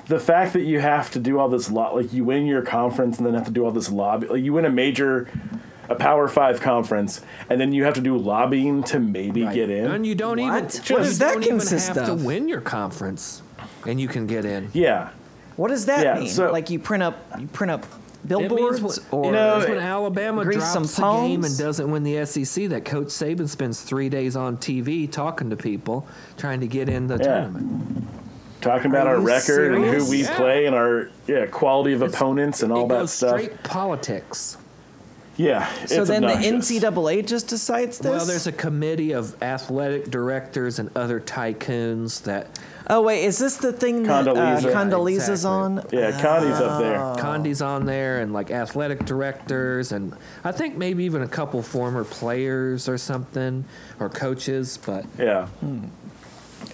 Speaker 3: the fact that you have to do all this lot, like you win your conference and then have to do all this lobby, like you win a major, a Power Five conference, and then you have to do lobbying to maybe get in.
Speaker 2: And you don't even.
Speaker 1: What? What does
Speaker 2: you
Speaker 1: that
Speaker 2: don't even
Speaker 1: consist
Speaker 2: have to
Speaker 1: of?
Speaker 2: win your conference, and you can get in.
Speaker 3: Yeah.
Speaker 1: What does that
Speaker 3: Yeah,
Speaker 1: mean?
Speaker 3: so-
Speaker 1: like you print up you print up
Speaker 2: It means
Speaker 1: billboards
Speaker 2: wh-
Speaker 1: or
Speaker 2: it
Speaker 3: No,
Speaker 2: means when
Speaker 3: it-
Speaker 2: Alabama
Speaker 1: grease
Speaker 2: drops
Speaker 1: some
Speaker 2: a game
Speaker 1: palms.
Speaker 2: and doesn't win the SEC, that Coach Saban spends three days on TV talking to people trying to get in the tournament.
Speaker 3: Talking about
Speaker 1: Are
Speaker 3: our
Speaker 1: you
Speaker 3: record and
Speaker 1: serious?
Speaker 3: who we
Speaker 2: Yeah.
Speaker 3: play and our yeah quality of opponents and all
Speaker 2: it
Speaker 3: that
Speaker 2: goes
Speaker 3: stuff.
Speaker 2: straight politics.
Speaker 3: Yeah.
Speaker 1: so
Speaker 3: it's
Speaker 1: then
Speaker 3: obnoxious.
Speaker 1: the NCAA just decides this.
Speaker 2: Well, there's a committee of athletic directors and other tycoons that
Speaker 1: oh wait, is this the thing that
Speaker 3: Condoleezza.
Speaker 1: uh, Condoleezza's
Speaker 2: Exactly.
Speaker 1: on?
Speaker 3: Yeah, Connie's up
Speaker 1: Oh. Ah.
Speaker 3: there.
Speaker 2: Condi's on there and like athletic directors and I think maybe even a couple former players or something or coaches, but
Speaker 3: Yeah.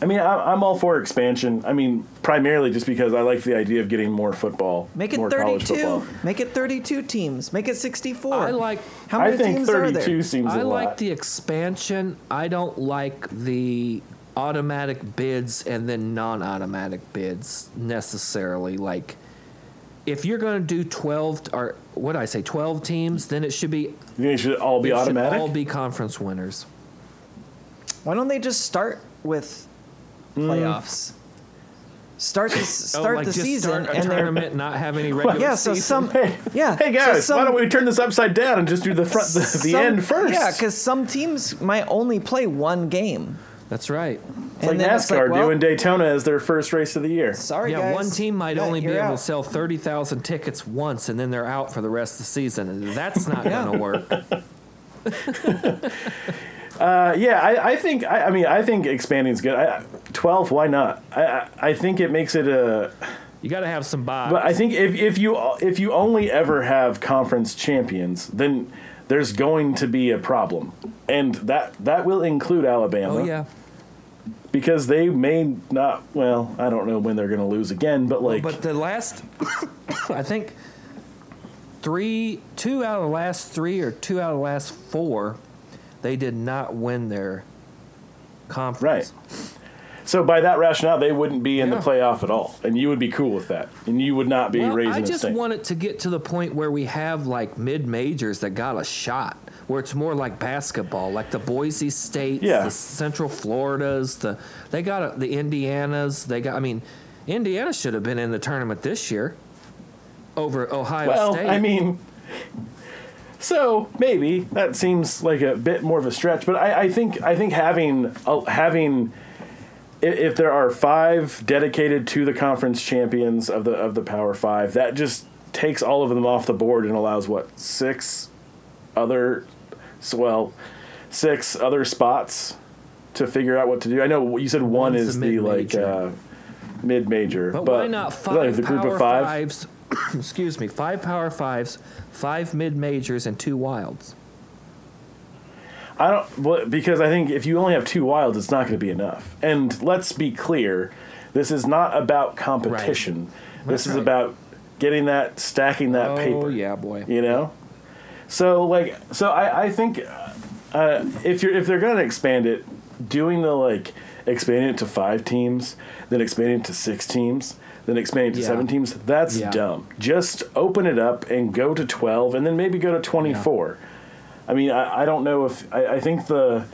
Speaker 3: I mean, I, I'm all for expansion. I mean, primarily just because I like the idea of getting more football,
Speaker 1: Make it
Speaker 3: more college
Speaker 1: 32.
Speaker 3: football.
Speaker 1: Make it 32 teams. Make it 64.
Speaker 2: I like
Speaker 1: How many
Speaker 3: I think
Speaker 1: teams are
Speaker 3: 32
Speaker 1: there?
Speaker 3: seems
Speaker 2: I
Speaker 3: a
Speaker 2: like
Speaker 3: lot.
Speaker 2: the expansion. I don't like the automatic bids and then non-automatic bids necessarily. Like if you're going to do 12 or what did I say 12 teams, then it should be
Speaker 3: you think it should all be
Speaker 2: it should
Speaker 3: automatic?
Speaker 2: all be conference winners.
Speaker 1: Why don't they just start with
Speaker 3: Mm.
Speaker 1: playoffs? Start the,
Speaker 2: Oh,
Speaker 1: start
Speaker 2: like
Speaker 1: the
Speaker 2: just
Speaker 1: season
Speaker 2: start a
Speaker 1: and they're
Speaker 2: tournament, not have any regular
Speaker 1: yeah. So
Speaker 2: season.
Speaker 1: some
Speaker 3: hey,
Speaker 1: yeah.
Speaker 3: hey
Speaker 1: so
Speaker 3: guys, why
Speaker 1: some-
Speaker 3: don't we turn this upside down and just do the front, the, the
Speaker 1: some-
Speaker 3: end first?
Speaker 1: Yeah, because some teams might only play one game.
Speaker 2: That's right.
Speaker 3: it's like
Speaker 1: then it's
Speaker 3: NASCAR
Speaker 1: well,
Speaker 3: doing Daytona as their first race of the year.
Speaker 1: Sorry,
Speaker 2: yeah,
Speaker 1: guys.
Speaker 2: one team might
Speaker 1: Yeah,
Speaker 2: only be
Speaker 1: you're
Speaker 2: able
Speaker 1: out.
Speaker 2: to sell 30,000 tickets once and then they're out for the rest of the season. And that's not
Speaker 1: Yeah.
Speaker 2: going to work.
Speaker 3: Uh, yeah, I, I think. I, I mean, I think expanding's good. I, Twelve, why not? I, I, I think it makes it a.
Speaker 2: You got to have some buy.
Speaker 3: But I think if, if you if you only ever have conference champions, then there's going to be a problem, and that that will include Alabama.
Speaker 2: oh, yeah.
Speaker 3: because they may not. Well, I don't know when they're going to lose again, but like,
Speaker 2: But the last, I think, three, two out of the last three or two out of the last four, they did not win their
Speaker 3: right.
Speaker 2: conference.
Speaker 3: So by that rationale, they wouldn't be in
Speaker 2: Yeah.
Speaker 3: the playoff at all, and you would be cool with that, and you would not be
Speaker 2: Well,
Speaker 3: raising
Speaker 2: I
Speaker 3: a
Speaker 2: just
Speaker 3: stink.
Speaker 2: want it to get to the point where we have like mid majors that got a shot, where it's more like basketball, like the Boise States,
Speaker 3: Yeah.
Speaker 2: the Central Floridas, the they got a, the Indianas. They got. I mean, Indiana should have been in the tournament this year over Ohio
Speaker 3: well,
Speaker 2: State.
Speaker 3: I mean. So maybe that seems like a bit more of a stretch, but I, I think I think having a, having i- if there are five dedicated to the conference champions of the of the Power Five, that just takes all of them off the board and allows what six other s- well six other spots to figure out what to do. I know you said one
Speaker 2: One's
Speaker 3: is
Speaker 2: the
Speaker 3: the like
Speaker 2: mid-major.
Speaker 3: uh, mid major,
Speaker 2: but, why not five
Speaker 3: like the
Speaker 2: power
Speaker 3: group of five?
Speaker 2: fives? excuse me, five power fives, five mid majors, and two wilds.
Speaker 3: I don't well, because I think if you only have two wilds, it's not going to be enough. And let's be clear, this is not about competition. This
Speaker 2: That's
Speaker 3: is
Speaker 2: right.
Speaker 3: about getting that stacking that
Speaker 2: oh
Speaker 3: paper.
Speaker 2: yeah, boy.
Speaker 3: You know, so like so I I think uh, if you're if they're going to expand it, doing the like expanding it to five teams, then expanding it to six teams. Then expanding it to
Speaker 2: Yeah.
Speaker 3: seven teams, that's
Speaker 2: Yeah.
Speaker 3: dumb. Just open it up and go to 12 and then maybe go to 24. I mean, I, I don't know if I, I think the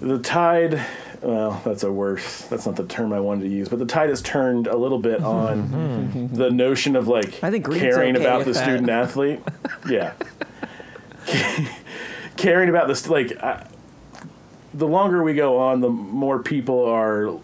Speaker 3: the tide. Well, that's a worse. That's not the term I wanted to use, but the tide has turned a little bit on the notion of like
Speaker 1: I think Reed's
Speaker 3: caring
Speaker 1: okay
Speaker 3: about
Speaker 1: with
Speaker 3: the
Speaker 1: that.
Speaker 3: student athlete. Yeah, caring about this. Like, I, the longer we go on, the more people are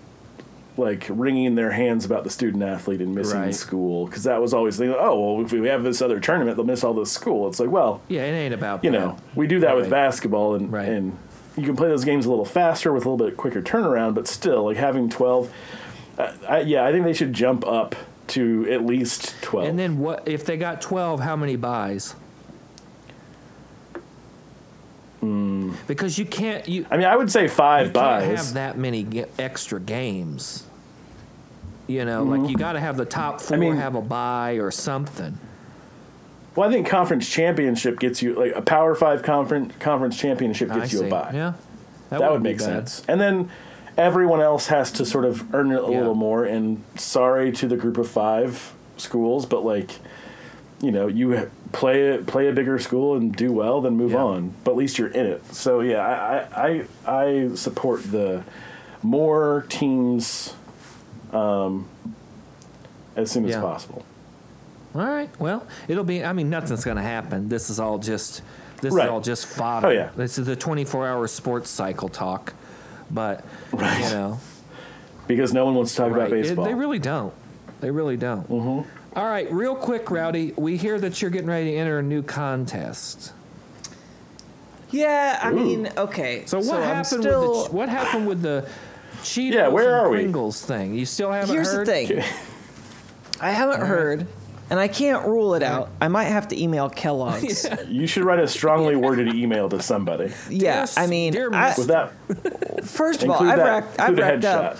Speaker 3: like wringing their hands about the student athlete and missing
Speaker 2: Right.
Speaker 3: school because that was always the oh well if we have this other tournament they'll miss all the school. It's like well
Speaker 2: Yeah, it ain't about
Speaker 3: you
Speaker 2: that.
Speaker 3: know, we do that with
Speaker 2: Right.
Speaker 3: basketball, and
Speaker 2: Right.
Speaker 3: and you can play those games a little faster with a little bit quicker turnaround, but still, like having twelve, uh, I, yeah, I think they should jump up to at least twelve.
Speaker 2: And then what if they got twelve? How many buys? Because you can't you,
Speaker 3: Hmm. I mean, I would say
Speaker 2: you
Speaker 3: five
Speaker 2: can't have
Speaker 3: buys.
Speaker 2: that many ge- extra games. You know, like you got to have the top four
Speaker 3: Mm-hmm. mean-
Speaker 2: have a buy or something.
Speaker 3: Well, I think conference championship gets you like a Power Five conference conference championship
Speaker 2: I
Speaker 3: gets you
Speaker 2: see.
Speaker 3: a buy.
Speaker 2: Yeah,
Speaker 3: that would
Speaker 2: wouldn't be
Speaker 3: make
Speaker 2: bad.
Speaker 3: sense. And then everyone else has to sort of earn it a
Speaker 2: Yeah.
Speaker 3: little more. And sorry to the group of five schools, but like, you know, you ha- play a, play a bigger school and do well, then move
Speaker 2: Yeah.
Speaker 3: on. But at least you're in it. So yeah, I I, I, I support the more teams. Um, as soon as
Speaker 2: Yeah.
Speaker 3: possible.
Speaker 2: All right. Well, it'll be. I mean, nothing's going to happen. This is all just. This
Speaker 3: Right.
Speaker 2: is all just fodder.
Speaker 3: Oh, yeah.
Speaker 2: This is the 24-hour sports cycle talk, but you
Speaker 3: Right.
Speaker 2: know,
Speaker 3: Because no one wants to talk about
Speaker 2: right. It-
Speaker 3: baseball.
Speaker 2: they really don't. They really don't. Mm-hmm. right. Real quick, Rowdy. We hear that you're getting ready to enter a new contest.
Speaker 1: Yeah, I mean, okay.
Speaker 2: So what
Speaker 1: I'm
Speaker 2: happened
Speaker 1: still-
Speaker 2: with the, what happened with the Cheetos
Speaker 3: Yeah, where
Speaker 2: and
Speaker 3: are we?
Speaker 2: Pringles thing? You still haven't
Speaker 1: Here's
Speaker 2: heard.
Speaker 1: the thing. I haven't heard, and I can't rule it out. I might have to email Kellogg's. yeah,
Speaker 3: you should write a strongly worded email to somebody.
Speaker 2: Yes,
Speaker 1: I mean,
Speaker 2: dear
Speaker 1: I,
Speaker 3: With that,
Speaker 1: first of all,
Speaker 3: include
Speaker 1: I've
Speaker 3: that-
Speaker 1: racked, I've
Speaker 3: include a
Speaker 1: racked up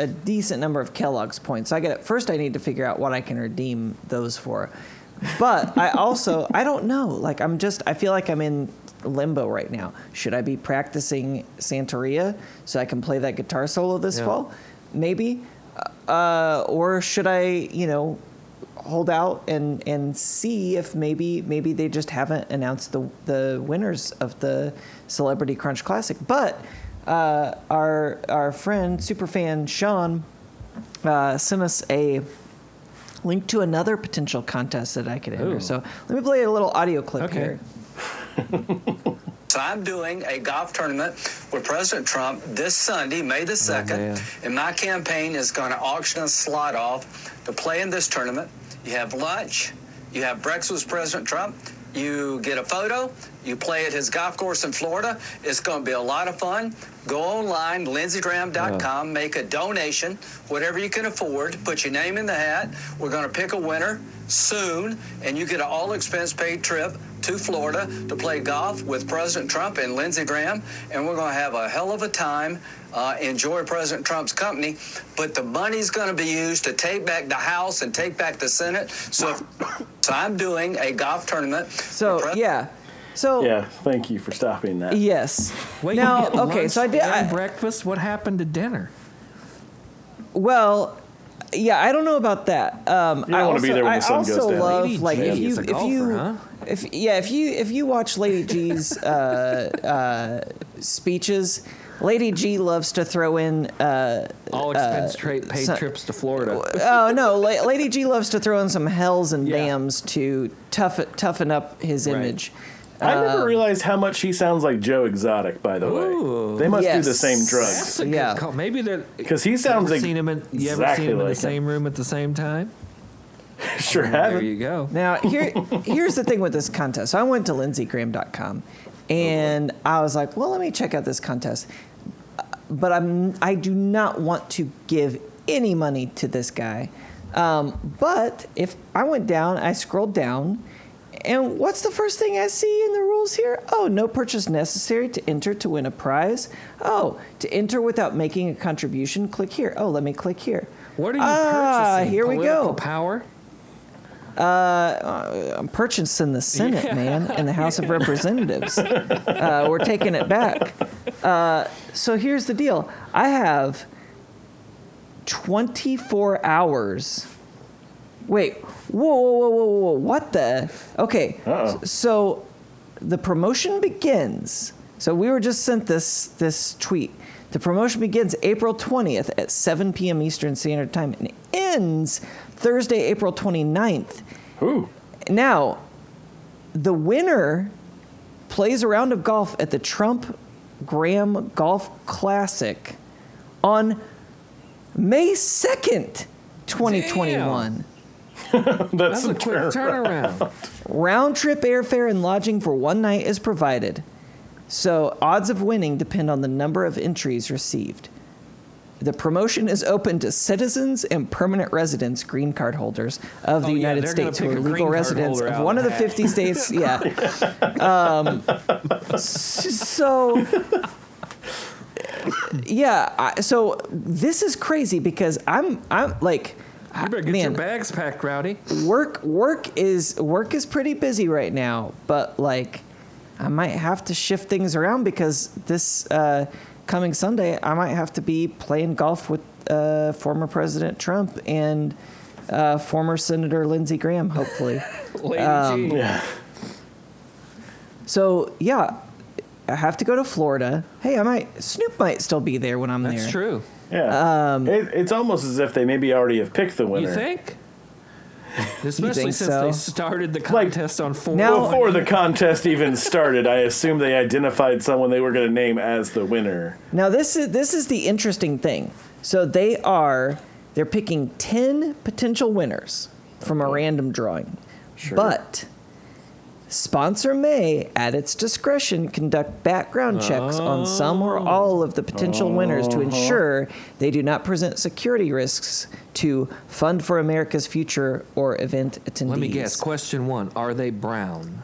Speaker 1: a, a decent number of Kellogg's points. I get first. I need to figure out what I can redeem those for, but I also I don't know. Like I'm just I feel like I'm in limbo right now. Should I be practicing Santeria so I can play that guitar solo this
Speaker 2: Yeah.
Speaker 1: fall? Maybe, uh, or should I you know hold out and and see if maybe maybe they just haven't announced the the winners of the Celebrity Crunch Classic. But uh, our our friend superfan Sean uh, sent us a link to another potential contest that I could enter.
Speaker 2: Ooh.
Speaker 1: So let me play a little audio clip
Speaker 2: Okay.
Speaker 1: here.
Speaker 4: So I'm doing a golf tournament with President Trump this Sunday, May the 2nd,
Speaker 2: man.
Speaker 4: and my campaign is going to auction a slot off to play in this tournament. You have lunch, you have breakfast with President Trump, you get a photo, you play at his golf course in Florida. It's going to be a lot of fun. Go online, lindseygraham.com, make a donation, whatever you can afford, put your name in the hat. We're going to pick a winner soon, and you get an all expense paid trip to Florida to play golf with President Trump and Lindsey Graham, and we're going to have a hell of a time. Uh, enjoy President Trump's company, but the money's going to be used to take back the House and take back the Senate. So, if, so I'm doing a golf tournament. with
Speaker 1: So
Speaker 4: Pres-
Speaker 1: yeah, so
Speaker 3: yeah, thank you for stopping that.
Speaker 1: yes.
Speaker 2: Wait, you
Speaker 1: now
Speaker 2: get
Speaker 1: okay,
Speaker 2: lunch
Speaker 1: so I did.
Speaker 2: and
Speaker 1: I-
Speaker 2: breakfast. What happened to dinner?
Speaker 1: Well, yeah, I don't know about that. Um,
Speaker 3: You don't
Speaker 1: I
Speaker 3: wanna
Speaker 1: also,
Speaker 3: be there when the sun
Speaker 1: I also
Speaker 3: goes down.
Speaker 1: love
Speaker 2: Lady
Speaker 1: like
Speaker 2: G
Speaker 1: if
Speaker 2: is
Speaker 1: you
Speaker 2: a
Speaker 1: if
Speaker 2: golfer,
Speaker 1: you
Speaker 2: huh?
Speaker 1: if yeah if you if you watch Lady G's uh, uh, speeches, Lady G loves to throw in. Uh,
Speaker 2: All expense tra- paid
Speaker 1: so-
Speaker 2: trips to Florida.
Speaker 1: oh no, La- Lady G loves to throw in some hells and
Speaker 2: Yeah.
Speaker 1: dams to tough toughen up his
Speaker 2: Right.
Speaker 1: image.
Speaker 3: I
Speaker 2: Um,
Speaker 3: never realized how much he sounds like Joe Exotic, by the
Speaker 2: Ooh.
Speaker 3: way. They must
Speaker 1: Yes.
Speaker 3: do the same drugs.
Speaker 2: That's a good
Speaker 1: Yeah.
Speaker 2: call. Maybe they're.
Speaker 3: Because he sounds
Speaker 2: Ever
Speaker 3: like.
Speaker 2: seen him in, you ever seen
Speaker 3: exactly
Speaker 2: him in the
Speaker 3: like him.
Speaker 2: same room at the same time?
Speaker 3: Sure
Speaker 2: There
Speaker 3: haven't.
Speaker 2: you go.
Speaker 1: Now here here's the thing with this contest. So I went to lindseygraham.com and I was like, well, let me check out this contest. Uh, But I'm I do not want to give any money to this guy. Um, but if I went down, I scrolled down, and what's the first thing I see in the rules here? Oh, no purchase necessary to enter to win a prize. Oh, to enter without making a contribution, click here. Oh, let me click here.
Speaker 2: What are you
Speaker 1: ah,
Speaker 2: purchasing?
Speaker 1: Here we go
Speaker 2: Political Power.
Speaker 1: um, purchased in the Senate,
Speaker 2: Yeah.
Speaker 1: man, and the House of Representatives. uh, we're taking it back. Uh, so here's the deal I have 24 hours. Wait, whoa, whoa, whoa, whoa, whoa, what the? Okay,
Speaker 3: Uh-oh.
Speaker 1: s- so the promotion begins. So we were just sent this this tweet. The promotion begins April 20th at 7 p.m. Eastern Standard Time and ends Thursday, April 29th
Speaker 3: Ooh.
Speaker 1: now, the winner plays a round of golf at the Trump Graham Golf Classic on May 2nd, 2021.
Speaker 3: That's,
Speaker 2: That's a quick turnaround.
Speaker 1: Round trip airfare and lodging for one night is provided. So, odds of winning depend on the number of entries received. The promotion is open to citizens and permanent residents, green card holders of the
Speaker 2: Oh, yeah,
Speaker 1: United
Speaker 2: they're gonna
Speaker 1: States who
Speaker 2: pick
Speaker 1: are
Speaker 2: a
Speaker 1: legal
Speaker 2: green card
Speaker 1: residents
Speaker 2: holder
Speaker 1: of
Speaker 2: out
Speaker 1: one
Speaker 2: of
Speaker 1: of the
Speaker 2: the hat.
Speaker 1: 50 states. Yeah. Um, s- so, yeah. I, so, this is crazy because I'm, I'm like,
Speaker 2: You better get
Speaker 1: man,
Speaker 2: your bags packed, Rowdy.
Speaker 1: work work is work is pretty busy right now but like i might have to shift things around because this uh, coming sunday i might have to be playing golf with uh, former president trump and uh, former senator lindsey graham hopefully
Speaker 2: Lady G.
Speaker 3: Yeah.
Speaker 1: so yeah i have to go to florida hey i might snoop might still be there when i'm
Speaker 2: That's
Speaker 1: there
Speaker 2: true.
Speaker 3: Yeah. it, it's almost as if they maybe already have picked the winner.
Speaker 2: You Um, think? Especially
Speaker 1: think
Speaker 2: since
Speaker 1: so?
Speaker 2: they started the contest on four.
Speaker 1: Now-
Speaker 3: Before the contest even started, I assume they identified someone they were going to name as the winner.
Speaker 1: Now this is this is the interesting thing. So they are they're picking 10 potential winners from a random drawing. But sponsor may at its discretion conduct background checks on some
Speaker 2: Oh.
Speaker 1: or all of the potential winners
Speaker 2: Uh-huh.
Speaker 1: to ensure they do not present security risks to Fund for America's Future or event attendees.
Speaker 2: let me guess. Question one: Are they brown?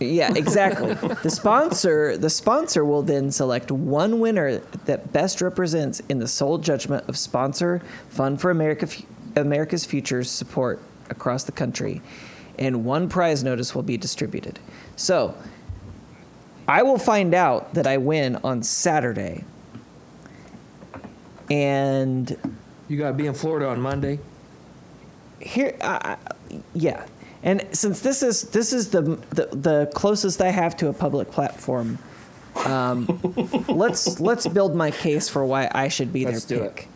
Speaker 1: Yeah, exactly. the sponsor the sponsor will then select one winner that best represents in the sole judgment of sponsor Fund for America Fu- America's Futures support across the country and one prize notice will be distributed. So, I will find out that I win on Saturday. And
Speaker 2: You gotta be in Florida on Monday.
Speaker 1: here uh, yeah and since this is this is the, the the closest i have to a public platform um, let's let's build my case for why i should be
Speaker 2: Let's do
Speaker 1: their
Speaker 2: it.
Speaker 1: pick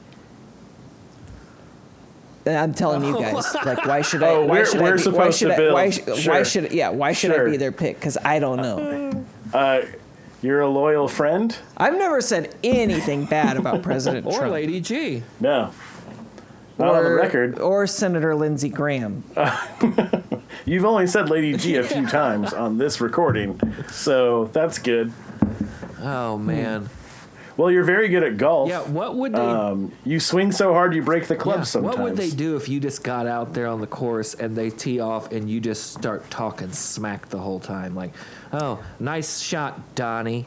Speaker 1: And i'm telling you guys like why should i
Speaker 3: Oh,
Speaker 1: why
Speaker 3: we're-
Speaker 1: should
Speaker 3: we're
Speaker 1: i be, why
Speaker 3: supposed
Speaker 1: should
Speaker 3: to
Speaker 1: I-
Speaker 3: build.
Speaker 1: why, sh- why
Speaker 3: Sure.
Speaker 1: should yeah why should i
Speaker 3: Sure.
Speaker 1: be their pick because i don't know
Speaker 3: Uh, you're a loyal friend?
Speaker 1: i've never said anything bad about president
Speaker 2: Or
Speaker 1: trump
Speaker 2: Lady G.
Speaker 3: No. Not on the record.
Speaker 1: or senator lindsey graham
Speaker 3: You've only said Lady G a few times on this recording, so that's good.
Speaker 2: Oh man.
Speaker 3: Well, you're very good at golf.
Speaker 2: Yeah. What would they?
Speaker 3: Hmm. Um, you swing so hard you break the club
Speaker 2: yeah,
Speaker 3: sometimes.
Speaker 2: what would they do if you just got out there on the course and they tee off and you just start talking smack the whole time? Like, oh, nice shot, Donnie.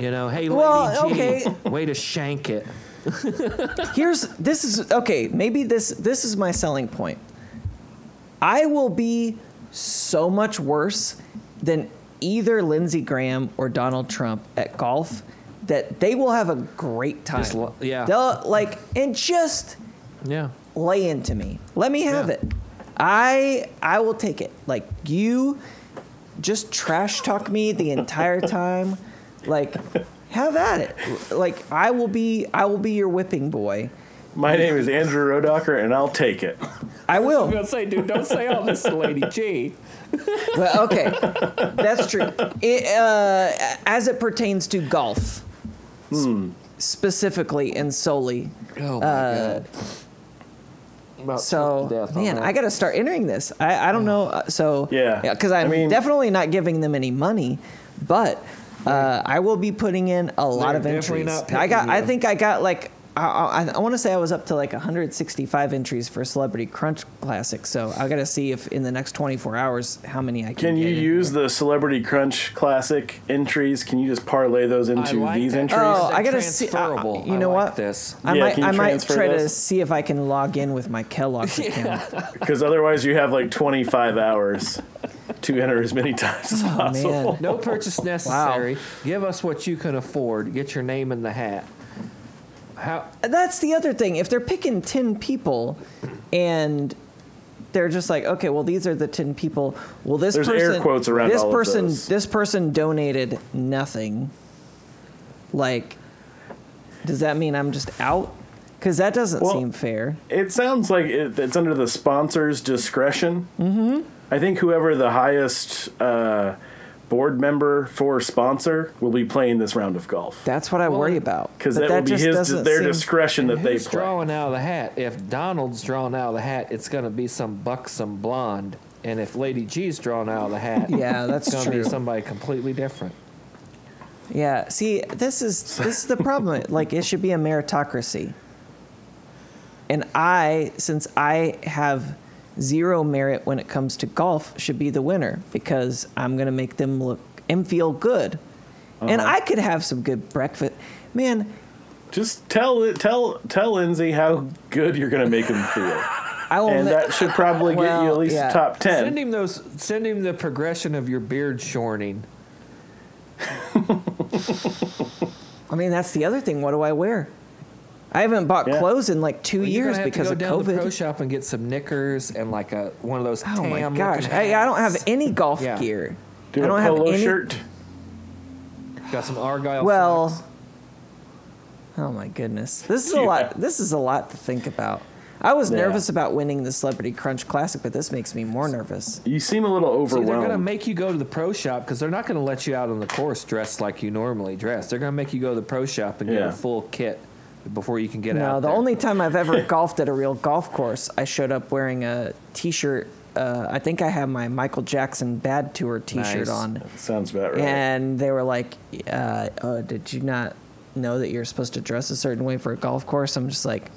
Speaker 2: You know, hey, Lady
Speaker 1: Well,
Speaker 2: G,
Speaker 1: okay.
Speaker 2: way to shank it.
Speaker 1: here's this is okay maybe this this is my selling point i will be so much worse than either lindsey graham or donald trump at golf that they will have a great time
Speaker 2: Just lo- yeah.
Speaker 1: they'll like and just
Speaker 2: Yeah.
Speaker 1: lay into me let me have
Speaker 2: Yeah.
Speaker 1: it i i will take it like you just trash talk me the entire time like have at it like i will be i will be your whipping boy
Speaker 3: My name is Andrew Rodocker, and I'll take it.
Speaker 1: I will.
Speaker 2: gonna say, dude, don't say all this to Lady G.
Speaker 1: Well, okay, that's true. It, uh, as it pertains to golf, s-
Speaker 2: Hmm.
Speaker 1: specifically and solely.
Speaker 2: Oh my god. About
Speaker 1: Uh, So,
Speaker 2: death on
Speaker 1: man,
Speaker 2: that. Hmm.
Speaker 1: I got to start entering this. I, I don't know. uh, So,
Speaker 3: Yeah.
Speaker 1: because
Speaker 3: I
Speaker 1: I'm
Speaker 3: mean-
Speaker 1: definitely not giving them any money, but uh, I will be putting in a lot
Speaker 2: They're
Speaker 1: of
Speaker 2: definitely
Speaker 1: entries.
Speaker 2: not
Speaker 1: I got.
Speaker 2: picking
Speaker 1: I
Speaker 2: you.
Speaker 1: think I got like. I, I, I want to say I was up to like 165 entries for Celebrity Crunch Classic. So I got to see if in the next 24 hours how many I can.
Speaker 3: Can you
Speaker 1: get in.
Speaker 3: use the Celebrity Crunch Classic entries? Can you just parlay those
Speaker 2: I
Speaker 3: into
Speaker 2: like
Speaker 3: these
Speaker 2: that.
Speaker 3: entries?
Speaker 1: Oh,
Speaker 2: They're
Speaker 1: I gotta see. I-
Speaker 2: transferable.
Speaker 1: you
Speaker 2: I
Speaker 1: know
Speaker 2: like
Speaker 1: what?
Speaker 2: this.
Speaker 1: I
Speaker 3: Yeah,
Speaker 1: might.
Speaker 3: can you
Speaker 1: I might
Speaker 3: transfer
Speaker 1: try to
Speaker 3: this?
Speaker 1: see if I can log in with my Kellogg's account.
Speaker 3: Because otherwise, you have like 25 hours to enter as many times as
Speaker 1: Oh
Speaker 3: possible.
Speaker 1: man.
Speaker 2: No purchase necessary. Give us what you can afford. Get your name in the hat. How
Speaker 1: That's the other thing. If they're picking ten people, and they're just like, okay, well, these are the ten people. Well, this
Speaker 3: There's air
Speaker 1: person.
Speaker 3: quotes around
Speaker 1: this
Speaker 3: all of
Speaker 1: person.
Speaker 3: those.
Speaker 1: This person donated nothing. Like, does that mean I'm just out? Because that doesn't
Speaker 3: Well-
Speaker 1: seem fair.
Speaker 3: It sounds like it, it's under the sponsor's discretion. Mm-hmm. I think whoever the highest uh, board member for sponsor will be playing this round of golf.
Speaker 1: That's what I worry about.
Speaker 3: Because
Speaker 1: But
Speaker 3: that, will be
Speaker 1: just
Speaker 3: his,
Speaker 1: doesn't
Speaker 3: their
Speaker 1: seem-
Speaker 3: discretion that they
Speaker 2: who's
Speaker 3: play.
Speaker 2: drawing out of the hat? If Donald's drawing out of the hat, it's gonna be some buxom blonde. And if Lady G's drawing out of the hat,
Speaker 1: Yeah, that's
Speaker 2: it's gonna
Speaker 1: true.
Speaker 2: be somebody completely different.
Speaker 1: Yeah. See, this is this is the problem. like it should be a meritocracy. And I, since I have zero merit when it comes to golf, should be the winner because I'm gonna make them look and feel good. And
Speaker 3: Uh-huh.
Speaker 1: I could have some good breakfast. Man,
Speaker 3: Just tell it, tell tell Lindsay how good you're going to make him feel,
Speaker 1: I will
Speaker 3: and
Speaker 1: ne-
Speaker 3: that should probably get you
Speaker 1: Well,
Speaker 3: at least
Speaker 1: yeah.
Speaker 3: top ten.
Speaker 2: Send him those. Send him the progression of your beard shorning.
Speaker 1: I mean that's the other thing. What do I wear? I haven't bought
Speaker 3: Yeah.
Speaker 1: clothes in like two
Speaker 2: Well, you're
Speaker 1: years
Speaker 2: gonna have
Speaker 1: because
Speaker 2: to
Speaker 1: of
Speaker 2: go down to the pro
Speaker 1: COVID.
Speaker 2: shop and get some knickers and like a one of those.
Speaker 1: Oh my
Speaker 2: tam-looking
Speaker 1: gosh. I, I don't have
Speaker 2: hats.
Speaker 1: any golf
Speaker 2: Yeah.
Speaker 1: gear.
Speaker 3: Do
Speaker 1: I
Speaker 3: a
Speaker 1: don't have
Speaker 3: polo
Speaker 1: any
Speaker 3: shirt.
Speaker 2: Got some argyle. socks.
Speaker 1: Well, oh my goodness, this is a
Speaker 3: Yeah.
Speaker 1: lot. This is a lot to think about. I was
Speaker 3: Yeah.
Speaker 1: nervous about winning the Celebrity Crunch Classic, but this makes me more nervous.
Speaker 3: You seem a little
Speaker 2: See, they're going to
Speaker 3: overwhelmed.
Speaker 2: make you go to the pro shop because they're not going to let you out on the course dressed like you normally dress. They're going to make you go to the pro shop and get
Speaker 3: Yeah.
Speaker 2: a full kit before you can get out.
Speaker 1: No, the
Speaker 2: there.
Speaker 1: only time I've ever golfed at a real golf course, I showed up wearing a T-shirt. Uh, I think I had my Michael Jackson Bad Tour T-shirt
Speaker 2: Nice.
Speaker 1: on,
Speaker 3: Sounds about right.
Speaker 1: and they were like, uh, oh, "Did you not know that you're supposed to dress a certain way for a golf course?" I'm just like,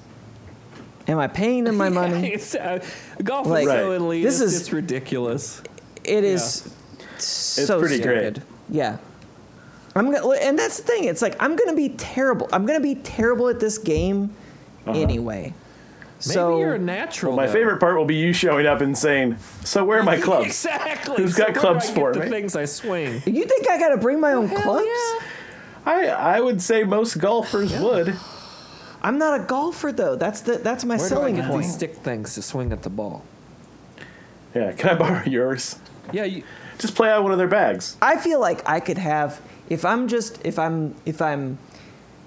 Speaker 1: "Am I paying them my money?"
Speaker 2: It's, uh, golf
Speaker 1: Like,
Speaker 2: is so
Speaker 3: Right.
Speaker 2: elitist.
Speaker 1: this is-
Speaker 2: it's ridiculous.
Speaker 1: It is so
Speaker 3: pretty
Speaker 1: stupid.
Speaker 3: great.
Speaker 1: Yeah. I'm gonna, and that's the thing. It's like I'm gonna be terrible. I'm gonna be terrible at this game
Speaker 3: Uh-huh.
Speaker 1: anyway.
Speaker 2: Maybe
Speaker 1: so
Speaker 2: you're a natural.
Speaker 3: My
Speaker 2: though.
Speaker 3: favorite part will be you showing up and saying, "So where are my clubs?"
Speaker 2: Exactly.
Speaker 3: Who's
Speaker 2: So
Speaker 3: got
Speaker 2: where do
Speaker 3: clubs
Speaker 2: I
Speaker 3: for
Speaker 2: get the
Speaker 3: me?
Speaker 2: things I swing.
Speaker 1: you think I gotta bring my own
Speaker 2: Hell
Speaker 1: clubs?
Speaker 2: yeah.
Speaker 3: I I would say most golfers would.
Speaker 1: I'm not a golfer though. That's the that's my
Speaker 2: Where do I
Speaker 1: selling
Speaker 2: get
Speaker 1: point.
Speaker 2: these stick things to swing at the ball?
Speaker 3: Yeah, can I borrow yours?
Speaker 2: Yeah, you,
Speaker 3: Just play out one of their bags.
Speaker 1: I feel like I could have if I'm just if I'm if I'm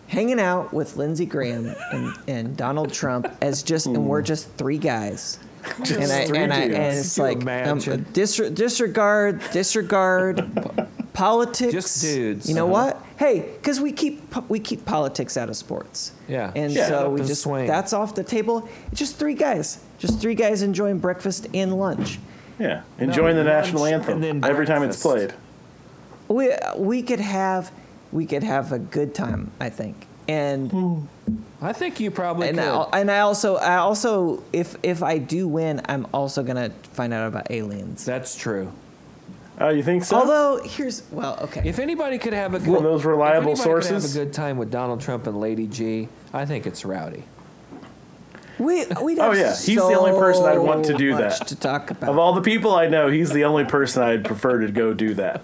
Speaker 1: hanging out with Lindsey Graham and, and Donald Trump as just and we're just three guys. and I,
Speaker 3: three
Speaker 1: and, I, and
Speaker 3: dudes.
Speaker 1: it's
Speaker 2: You
Speaker 1: like um,
Speaker 2: imagine.
Speaker 1: disre- disregard, disregard politics.
Speaker 2: Just dudes.
Speaker 1: You know
Speaker 2: Uh-huh.
Speaker 1: what? Hey, because we keep po- we keep politics out of sports.
Speaker 2: Yeah.
Speaker 1: and
Speaker 2: Yeah. Shut
Speaker 1: so
Speaker 2: up
Speaker 1: we
Speaker 2: and
Speaker 1: just
Speaker 2: swing.
Speaker 1: that's off the table. It's just three guys, just three guys enjoying breakfast and lunch.
Speaker 3: Yeah, enjoying the
Speaker 2: lunch
Speaker 3: national anthem
Speaker 2: and then
Speaker 3: every time it's
Speaker 2: breakfast.
Speaker 3: played.
Speaker 1: we we could have we could have a good time i think and
Speaker 3: Mm,
Speaker 2: I think you probably
Speaker 1: and
Speaker 2: could.
Speaker 1: I, al- and i also i also if if i do win i'm also gonna find out about aliens
Speaker 2: That's true.
Speaker 3: Oh, you think so?
Speaker 1: although here's well okay
Speaker 2: If anybody could have a good,
Speaker 3: Well, those reliable
Speaker 2: if anybody could
Speaker 3: sources?
Speaker 2: have a good time with Donald Trump and Lady G, I think it's Rowdy.
Speaker 1: we we
Speaker 3: Oh, yeah. He's the only person I'd want to do that.
Speaker 1: to talk about
Speaker 3: of all the people I know, he's the only person I'd prefer to go do that.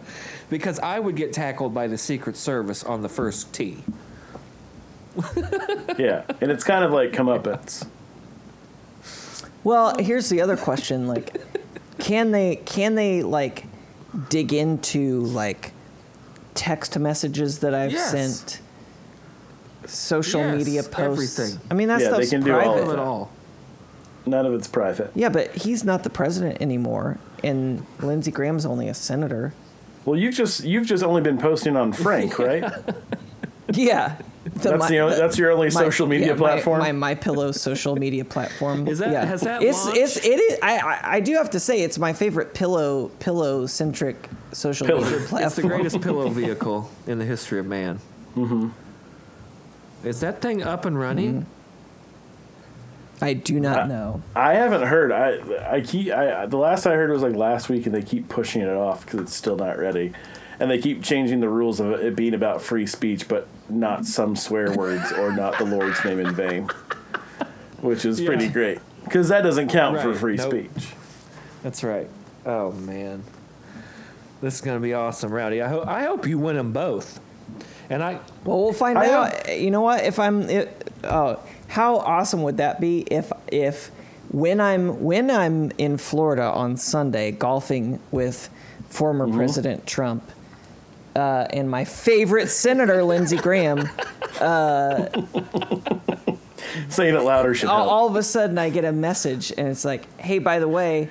Speaker 2: Because I would get tackled by the Secret Service on the first tee.
Speaker 3: Yeah, and it's kind of like comeuppance.
Speaker 1: Well, here's the other question: like, can they can they like dig into like text messages that I've
Speaker 2: Yes.
Speaker 1: sent, social
Speaker 2: Yes,
Speaker 1: media posts?
Speaker 2: everything.
Speaker 1: I mean, that
Speaker 3: Yeah, they
Speaker 1: stuff's
Speaker 3: can do all
Speaker 1: private.
Speaker 3: of
Speaker 2: All in
Speaker 3: that.
Speaker 2: all,
Speaker 3: None of it's private.
Speaker 1: Yeah, but he's not the president anymore, and Lindsey Graham's only a senator.
Speaker 3: Well, you've just you've just only been posting on Frank, right?
Speaker 1: Yeah,
Speaker 3: That's the only- that's your only social media
Speaker 1: my-
Speaker 3: platform?
Speaker 1: My, my Pillow social media platform.
Speaker 2: Is that-
Speaker 1: yeah.
Speaker 2: has that
Speaker 1: It's
Speaker 2: launched?
Speaker 1: it's it is. I, I I do have to say it's my favorite pillow pillow centric social
Speaker 3: Pillow.
Speaker 1: media
Speaker 3: It's
Speaker 1: platform.
Speaker 2: it's the greatest pillow vehicle in the history of man. Mm-hmm. Mm-hmm. Is that thing up and running?
Speaker 1: I do not
Speaker 3: Uh,
Speaker 1: know.
Speaker 3: I haven't heard. I I keep I I- the last I heard was like last week, and they keep pushing it off because it's still not ready, and they keep changing the rules of it being about free speech, but not some swear words or not the Lord's name in vain, which is pretty
Speaker 2: Yeah.
Speaker 3: great because that doesn't count for
Speaker 2: Right,
Speaker 3: free
Speaker 2: nope.
Speaker 3: speech.
Speaker 2: That's right. Oh man, this is gonna be awesome, Rowdy. I hope I hope you win them both. And I
Speaker 1: Well, we'll find
Speaker 3: I
Speaker 1: out. You know what? If I'm, it, oh, how awesome would that be if if when I'm when I'm in Florida on Sunday golfing with former
Speaker 3: Mm-hmm.
Speaker 1: President Trump uh, and my favorite senator Lindsey Graham,
Speaker 3: Saying it louder should
Speaker 1: all,
Speaker 3: help.
Speaker 1: all of a sudden I get a message and it's like, hey, by the way.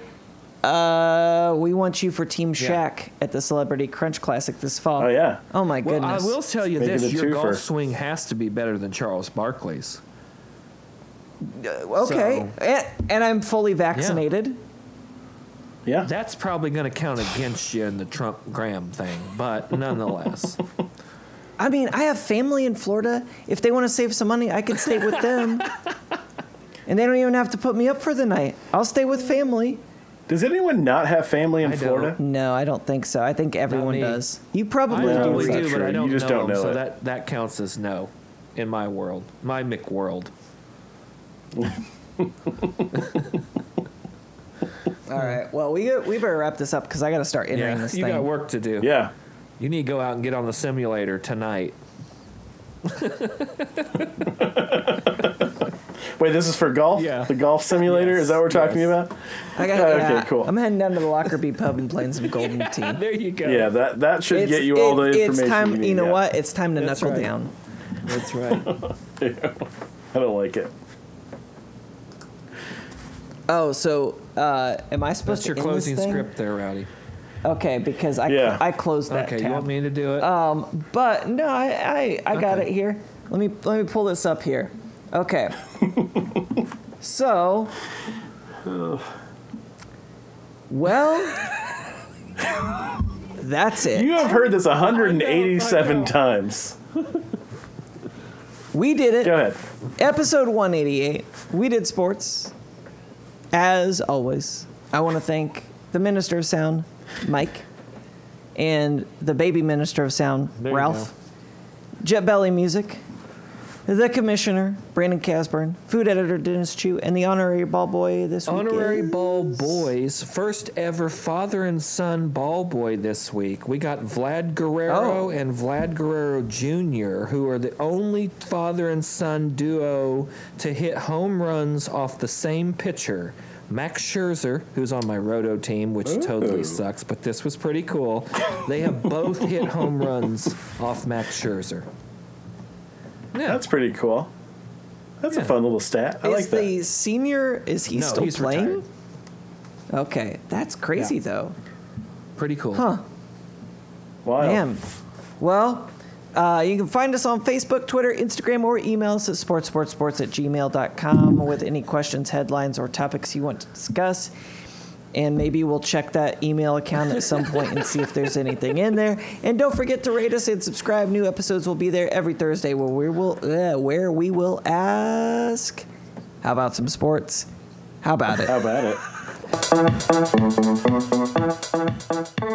Speaker 1: Uh, we want you for Team
Speaker 2: Yeah.
Speaker 1: Shack at the Celebrity Crunch Classic this fall.
Speaker 3: Oh, yeah.
Speaker 1: Oh my
Speaker 2: well,
Speaker 1: goodness.
Speaker 2: I will tell you
Speaker 3: Make it
Speaker 2: this:
Speaker 3: a
Speaker 2: your golf
Speaker 3: twofer.
Speaker 2: swing has to be better than Charles Barkley's.
Speaker 1: Okay, Eh, and, and I'm fully vaccinated.
Speaker 3: yeah,
Speaker 2: That's probably gonna count against you in the Trump Graham thing, but nonetheless,
Speaker 1: I mean, I have family in Florida. If they want to save some money, I could stay with them. and they don't even have to put me up for the night. I'll stay with family.
Speaker 3: Does anyone not have family in
Speaker 2: I don't.
Speaker 3: Florida?
Speaker 1: No, I don't think so. I think everyone
Speaker 2: me.
Speaker 1: does. You
Speaker 2: I
Speaker 1: probably do.
Speaker 2: probably
Speaker 3: it's not
Speaker 2: do, but
Speaker 3: true.
Speaker 2: I
Speaker 3: You
Speaker 2: don't
Speaker 3: just
Speaker 2: know,
Speaker 3: don't
Speaker 2: him,
Speaker 3: know
Speaker 2: so
Speaker 3: it.
Speaker 2: that that counts as no in my world, my McWorld.
Speaker 1: All right. Well, we we better wrap this up because I got to start entering
Speaker 2: Yeah,
Speaker 1: this
Speaker 2: you
Speaker 1: thing.
Speaker 2: got work to do.
Speaker 3: Yeah.
Speaker 2: You need to go out and get on the simulator tonight.
Speaker 3: Wait, this is for golf.
Speaker 2: Yeah.
Speaker 3: The golf simulator.
Speaker 2: Yes,
Speaker 3: Is that what we're talking
Speaker 2: yes.
Speaker 3: about?
Speaker 1: I got.
Speaker 3: Okay, cool.
Speaker 1: I'm heading down to the Lockerbie Pub and playing some golden tea.
Speaker 2: There you go.
Speaker 3: Yeah. That that should get you all the
Speaker 1: it-
Speaker 3: information.
Speaker 1: It's time.
Speaker 3: you,
Speaker 1: You,
Speaker 3: need,
Speaker 1: know
Speaker 3: yeah.
Speaker 1: what? It's time to
Speaker 2: That's
Speaker 1: knuckle
Speaker 2: right.
Speaker 1: down.
Speaker 2: that's right.
Speaker 3: I don't like it.
Speaker 1: Oh, so uh, am I supposed
Speaker 2: That's
Speaker 1: to end
Speaker 2: your
Speaker 1: this
Speaker 2: closing
Speaker 1: thing?
Speaker 2: script there, Rowdy.
Speaker 1: Okay, because I
Speaker 3: Yeah.
Speaker 1: I closed that
Speaker 2: Okay,
Speaker 1: tab.
Speaker 2: you want me to do it?
Speaker 1: Um, but no, I I, I got
Speaker 2: Okay.
Speaker 1: it here. Let me let me pull this up here. Okay. so. Well, that's it.
Speaker 3: You have heard this 187 times.
Speaker 1: We did it.
Speaker 3: Go ahead.
Speaker 1: Episode 188. We did sports. As always, I want to thank the Minister of Sound, Mike, and the baby Minister of Sound,
Speaker 2: There you
Speaker 1: Ralph, Jet Belly Music, the Commissioner, Brandon Casburn, Food Editor, Dennis Chu, and the Honorary Ball Boy this week.
Speaker 2: Honorary
Speaker 1: is-
Speaker 2: Ball Boys, first ever father and son ball boy this week. We got Vlad Guerrero
Speaker 1: Oh.
Speaker 2: and Vlad Guerrero Jr., who are the only father and son duo to hit home runs off the same pitcher. Max Scherzer, who's on my roto team, which totally sucks, but this was pretty cool. They have both hit home runs off Max Scherzer. Yeah.
Speaker 3: That's pretty cool. That's a
Speaker 2: Yeah.
Speaker 3: fun little stat. I like
Speaker 1: is
Speaker 3: that.
Speaker 1: the senior, is he
Speaker 2: No,
Speaker 1: still
Speaker 2: he's
Speaker 1: playing?
Speaker 2: retired.
Speaker 1: Okay, that's crazy
Speaker 2: Yeah.
Speaker 1: though.
Speaker 2: pretty cool.
Speaker 1: Huh.
Speaker 3: Wild.
Speaker 1: Man. Well, uh, you can find us on Facebook, Twitter, Instagram, or email us at sportsportsports at gmail.com with any questions, headlines, or topics you want to discuss. And maybe we'll check that email account at some point and see if there's anything in there. And don't forget to rate us and subscribe. New episodes will be there every Thursday where we will, uh, where we will ask, how about some sports? How about it?
Speaker 3: How about it?